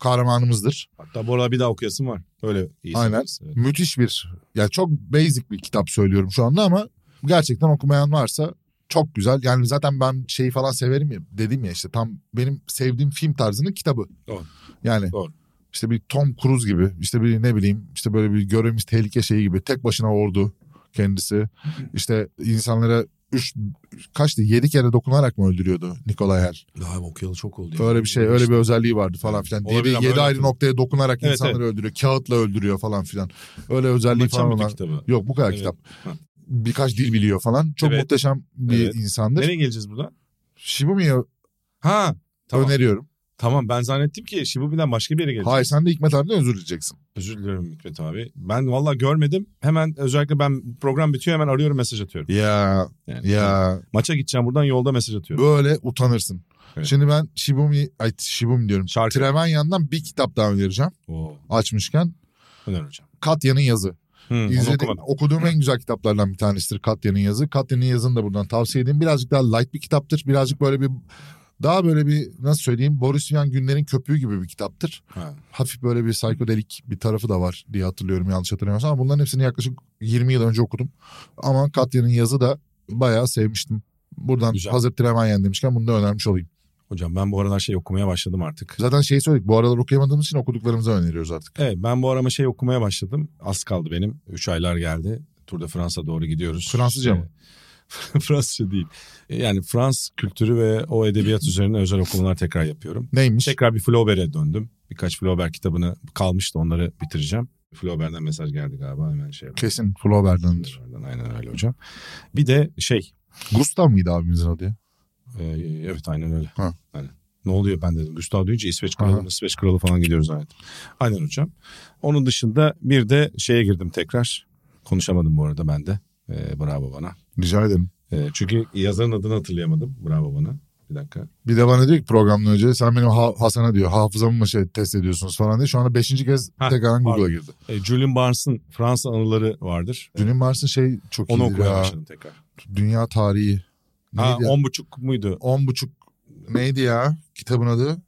Speaker 3: kahramanımızdır.
Speaker 2: Hatta bu arada bir daha okuyasım var. Öyle iyi
Speaker 3: Aynen.
Speaker 2: severiz. Evet.
Speaker 3: Müthiş bir ya çok basic bir kitap söylüyorum şu anda ama gerçekten okumayan varsa çok güzel. Yani zaten ben şeyi falan severim ya dedim ya işte tam benim sevdiğim film tarzının kitabı.
Speaker 2: Doğru.
Speaker 3: Yani
Speaker 2: Doğru.
Speaker 3: işte bir Tom Cruise gibi işte bir ne bileyim işte böyle bir görevimiz tehlike şeyi gibi tek başına ordu kendisi. işte insanlara üç kaçtı yedi kere dokunarak mı öldürüyordu Nikolay Hel?
Speaker 2: Daha okuyalı çok oldu. ya.
Speaker 3: Öyle bir şey, öyle bir özelliği vardı falan filan.
Speaker 2: Olabilir ama
Speaker 3: Yedi, yedi
Speaker 2: öyle
Speaker 3: ayrı
Speaker 2: hatırlıyorum.
Speaker 3: noktaya dokunarak
Speaker 2: Evet,
Speaker 3: insanları öldürüyor. Kağıtla öldürüyor falan filan. Öyle özelliği
Speaker 2: Anlatacağım
Speaker 3: falan
Speaker 2: bütün
Speaker 3: olan.
Speaker 2: kitabı.
Speaker 3: Yok bu kadar
Speaker 2: Evet.
Speaker 3: kitap.
Speaker 2: Ha.
Speaker 3: Birkaç dil biliyor falan. Çok
Speaker 2: Evet.
Speaker 3: muhteşem bir
Speaker 2: Evet.
Speaker 3: insandır.
Speaker 2: Nereye geleceğiz buradan?
Speaker 3: Shibumi'ye
Speaker 2: Ha tamam.
Speaker 3: öneriyorum.
Speaker 2: Tamam ben zannettim ki Shibubi'den başka bir yere geleceğiz.
Speaker 3: Hayır sen de Hikmet abiden özür dileyeceksin.
Speaker 2: Özür dilerim Hikmet abi. Ben valla görmedim. Hemen özellikle ben program bitiyor hemen arıyorum mesaj atıyorum.
Speaker 3: Ya
Speaker 2: Yani,
Speaker 3: ya
Speaker 2: Maça gideceğim buradan yolda mesaj atıyorum.
Speaker 3: böyle utanırsın.
Speaker 2: Evet.
Speaker 3: Şimdi ben Shibumi, ay Shibumi diyorum.
Speaker 2: Şarkı.
Speaker 3: Trevenyan'dan bir kitap daha önereceğim.
Speaker 2: Oo,
Speaker 3: Açmışken
Speaker 2: önereceğim.
Speaker 3: Katya'nın yazı.
Speaker 2: Hı, onu
Speaker 3: İzledim.
Speaker 2: okumadım.
Speaker 3: Okuduğum en güzel kitaplardan bir tanesidir Katya'nın yazı. Katya'nın yazını da buradan tavsiye edeyim. Birazcık daha light bir kitaptır. Birazcık böyle bir daha böyle bir nasıl söyleyeyim Boris Vian günlerin köpüğü gibi bir kitaptır.
Speaker 2: Ha.
Speaker 3: Hafif böyle bir psikodelik bir tarafı da var diye hatırlıyorum yanlış hatırlamıyorsam. Ama bunların hepsini yaklaşık 20 yıl önce okudum. Ama Katya'nın yazı da bayağı sevmiştim. Buradan
Speaker 2: Güzel.
Speaker 3: hazır Tremanyen demişken bunu da önermiş olayım.
Speaker 2: Hocam ben bu aralar şey okumaya başladım artık.
Speaker 3: Zaten şeyi söyledik bu aralar okuyamadığımız için okuduklarımızı öneriyoruz artık.
Speaker 2: Evet ben bu arama şey okumaya başladım. Az kaldı benim. Üç aylar geldi. Turda Fransa doğru gidiyoruz.
Speaker 3: Fransızca
Speaker 2: İşte- Fransızca değil. Yani Frans kültürü ve o edebiyat üzerine özel okumalar tekrar yapıyorum.
Speaker 3: Neymiş?
Speaker 2: Tekrar bir Flaubert'e döndüm. Birkaç Flaubert kitabını kalmıştı onları bitireceğim. Flaubert'den mesaj geldi galiba hemen şey yapalım.
Speaker 3: Kesin Flaubert'ındır.
Speaker 2: Flaubert'den, Aynen öyle hocam. Bir de şey
Speaker 3: Gustav mıydı abimizin adı ya?
Speaker 2: e, evet aynen öyle.
Speaker 3: Ha.
Speaker 2: Aynen. Ne oluyor ben dedim. Gustav deyince İsveç kralı,
Speaker 3: Aha.
Speaker 2: İsveç kralı falan gidiyoruz zannettim. Aynen hocam. Onun dışında bir de şeye girdim tekrar. Konuşamadım bu arada ben de. E, bravo bana.
Speaker 3: Rica ederim.
Speaker 2: E, çünkü yazarın adını hatırlayamadım. Bravo bana. Bir dakika.
Speaker 3: Bir de bana diyor ki programdan önce sen benim ha- Hasan'a diyor hafızamı mı şey test ediyorsunuz falan diye. Şu anda beşinci kez
Speaker 2: Ha,
Speaker 3: tekrar Google'a
Speaker 2: pardon.
Speaker 3: girdi.
Speaker 2: E, Julian Barnes'ın Fransa anıları vardır.
Speaker 3: Dünün Mars'ın şey çok
Speaker 2: Onu
Speaker 3: iyi
Speaker 2: okumaya
Speaker 3: ya.
Speaker 2: başladım tekrar.
Speaker 3: Dünya tarihi.
Speaker 2: Ha,
Speaker 3: Neydi ya?
Speaker 2: on buçuk muydu?
Speaker 3: On buçuk neydi ya kitabın adı?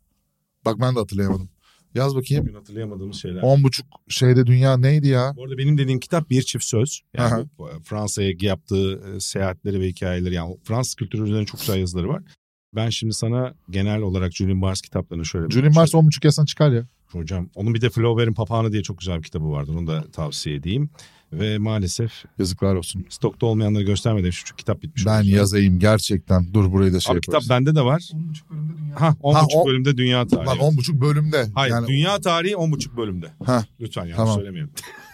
Speaker 3: Bak ben de hatırlayamadım. Yaz bakayım.
Speaker 2: Bugün hatırlayamadığımız şeyler.
Speaker 3: On buçuk şeyde dünya neydi ya?
Speaker 2: Bu arada benim dediğim kitap bir çift söz.
Speaker 3: Aha.
Speaker 2: Yani bu, e, Fransa'ya yaptığı e, seyahatleri ve hikayeleri yani Fransız kültürü üzerine çok güzel yazıları var. Ben şimdi sana genel olarak Julian Barnes kitaplarını şöyle bir
Speaker 3: Julian Mars on buçuk yazsan çıkar ya.
Speaker 2: hocam. Onun bir de Flaubert'in Papağanı diye çok güzel bir kitabı vardı. Onu da tavsiye edeyim. Ve maalesef
Speaker 3: Yazıklar olsun.
Speaker 2: stokta olmayanları göstermedim. Şu kitap bitmiş.
Speaker 3: Ben
Speaker 2: oldu.
Speaker 3: yazayım gerçekten. Dur burayı da şey
Speaker 2: şey Abi
Speaker 3: yaparız.
Speaker 2: kitap bende de var.
Speaker 4: 10.5 bölümde dünya.
Speaker 2: Ha 10.5
Speaker 3: Ha, o-
Speaker 2: bölümde dünya tarihi.
Speaker 3: Lan on buçuk bölümde.
Speaker 2: Hayır
Speaker 3: yani
Speaker 2: dünya tarihi 10.5 bölümde.
Speaker 3: Ha.
Speaker 2: Lütfen yanlış
Speaker 3: Tamam.
Speaker 2: söylemeyelim.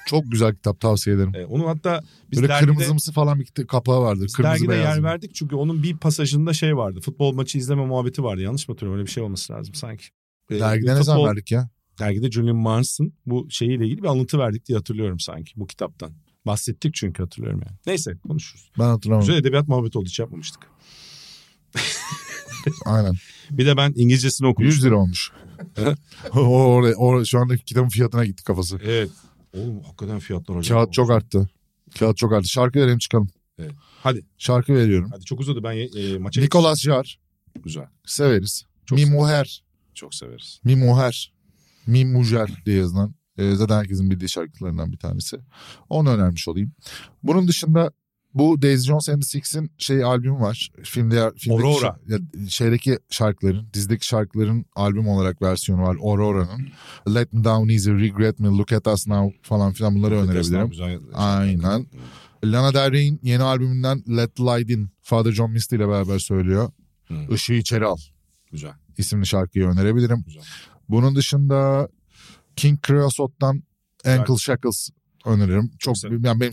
Speaker 3: Çok güzel kitap tavsiye ederim.
Speaker 2: E, onu hatta biz
Speaker 3: Böyle
Speaker 2: dergide-
Speaker 3: kırmızımsı falan bir kita- kapağı vardır.
Speaker 2: Biz
Speaker 3: Kırmızı
Speaker 2: dergide
Speaker 3: beyaz.
Speaker 2: yer verdik çünkü onun bir pasajında şey vardı. Futbol maçı izleme muhabbeti vardı. Yanlış mı hatırlıyorum? Öyle bir şey olması lazım sanki. Ee,
Speaker 3: Dergide ne
Speaker 2: futbol-
Speaker 3: zaman verdik ya?
Speaker 2: Dergide Julian Mars'ın bu şeyiyle ilgili bir alıntı verdik diye hatırlıyorum sanki bu kitaptan. Bahsettik çünkü hatırlıyorum yani. Neyse konuşuruz.
Speaker 3: Ben hatırlamıyorum.
Speaker 2: Güzel edebiyat muhabbeti oldu hiç yapmamıştık.
Speaker 3: Aynen.
Speaker 2: Bir de ben İngilizcesini okumuştum.
Speaker 3: 100 lira olmuş. o, oraya, oraya, şu andaki kitabın fiyatına gitti kafası.
Speaker 2: Evet. Oğlum hakikaten fiyatlar hocam.
Speaker 3: Kağıt çok arttı. Kağıt çok arttı. Şarkı verelim çıkalım.
Speaker 2: Hadi.
Speaker 3: Şarkı veriyorum.
Speaker 2: Hadi çok uzadı ben e, e, maça
Speaker 3: Nicolas Jar.
Speaker 2: geçeyim. Güzel.
Speaker 3: Severiz.
Speaker 2: Çok
Speaker 3: Mimuher.
Speaker 2: Çok severiz.
Speaker 3: Mimuher. Mimujer diye yazılan. e, zaten herkesin bildiği şarkılarından bir tanesi. Onu önermiş olayım. Bunun dışında bu Daisy Jones and the Six'in şey albümü var. Filmde, filmdeki
Speaker 2: Aurora.
Speaker 3: şa- ya, şeydeki şarkıların, dizdeki şarkıların albüm olarak versiyonu var Aurora'nın. Let Me Down Easy, Regret Me, Look At Us Now falan filan bunları önerebilirim.
Speaker 2: Güzel. şey-
Speaker 3: Aynen. Lana Del Rey'in yeni albümünden Let the Light In, Father John Misty ile beraber söylüyor.
Speaker 2: Hı.
Speaker 3: Işığı içeri al
Speaker 2: Güzel.
Speaker 3: isimli şarkıyı önerebilirim.
Speaker 2: Güzel.
Speaker 3: Bunun dışında King Creosote'dan Ankle Shackles öneririm. Çok,
Speaker 2: sev-
Speaker 3: yani benim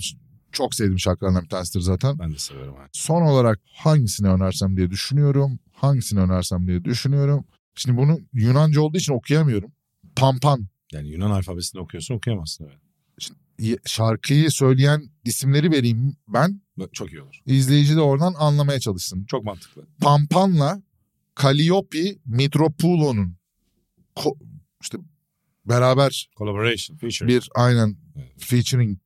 Speaker 3: çok sevdiğim şarkılardan bir tanesidir zaten.
Speaker 2: Ben de severim. abi.
Speaker 3: Son olarak hangisini önersem diye düşünüyorum. Hangisini önersem diye düşünüyorum. Şimdi bunu Yunanca olduğu için okuyamıyorum. Pampan
Speaker 2: Yani Yunan alfabesini okuyorsun okuyamazsın. Evet.
Speaker 3: y- şarkıyı söyleyen isimleri vereyim ben.
Speaker 2: Bu- Çok iyi olur.
Speaker 3: İzleyici de oradan anlamaya çalışsın.
Speaker 2: Çok mantıklı.
Speaker 3: Pampan'la Calliope Mitropoulo'nun ko- işte beraber
Speaker 2: Collaboration, feature.
Speaker 3: bir aynen
Speaker 2: Evet.
Speaker 3: featuring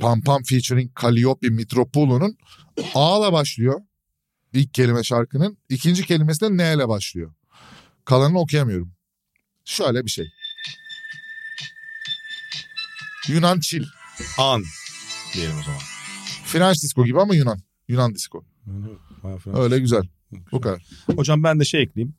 Speaker 3: Pam Pam featuring Calliope Mitropoulou'nun A'la başlıyor. İlk kelime şarkının. ikinci kelimesi de N ile başlıyor. Kalanını okuyamıyorum. Şöyle bir şey. Yunan çil.
Speaker 2: An diyelim o zaman.
Speaker 3: French disco gibi ama Yunan. Yunan disco.
Speaker 2: Bayağı fena.
Speaker 3: Öyle güzel. Bu kadar.
Speaker 2: Hocam ben de şey ekleyeyim.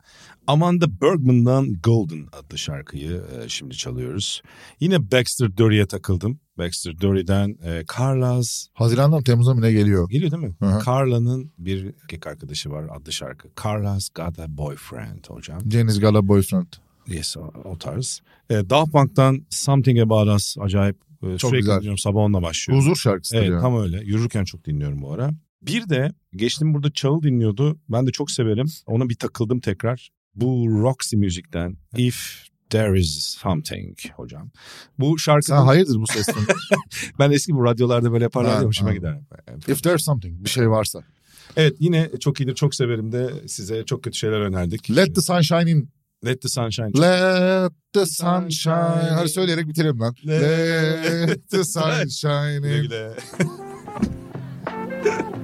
Speaker 2: Amanda Bergman'dan Golden adlı şarkıyı e, şimdi çalıyoruz. Yine Baxter Dury'e takıldım. Baxter Dury'den e, Carla's
Speaker 3: Haziran'dan mı, Temmuz'a mı ne geliyor?
Speaker 2: geliyor değil mi?
Speaker 3: Hı hı.
Speaker 2: Carla'nın bir erkek arkadaşı var adlı şarkı. Carla's Got a Boyfriend hocam.
Speaker 3: Deniz Gala Boyfriend.
Speaker 2: Yes o, o tarz. E, Daft Punk'tan Something About Us acayip. e, sürekli
Speaker 3: güzel.
Speaker 2: dinliyorum, sabah onunla başlıyor.
Speaker 3: Huzur şarkısıdır
Speaker 2: Evet
Speaker 3: ya.
Speaker 2: tam öyle. Yürürken çok dinliyorum bu ara. Bir de geçtim burada Çal'ı dinliyordu. Ben de çok severim. Ona bir takıldım tekrar. Bu Roxy Music'ten If There Is Something hocam. Bu şarkı
Speaker 3: Sen hayırdır bu sesten?
Speaker 2: ben eski bu radyolarda böyle yaparlar
Speaker 3: Ha,
Speaker 2: ya hoşuma
Speaker 3: ha.
Speaker 2: gider.
Speaker 3: If there's something. Bir şey varsa.
Speaker 2: Evet yine çok iyidir çok severim de size çok kötü şeyler önerdik.
Speaker 3: Let the sunshine in.
Speaker 2: Let the Sunshine.
Speaker 3: Let the sunshine. Hadi söyleyerek bitirelim lan.
Speaker 2: Let-
Speaker 3: Let the sunshine in.
Speaker 2: Güle güle.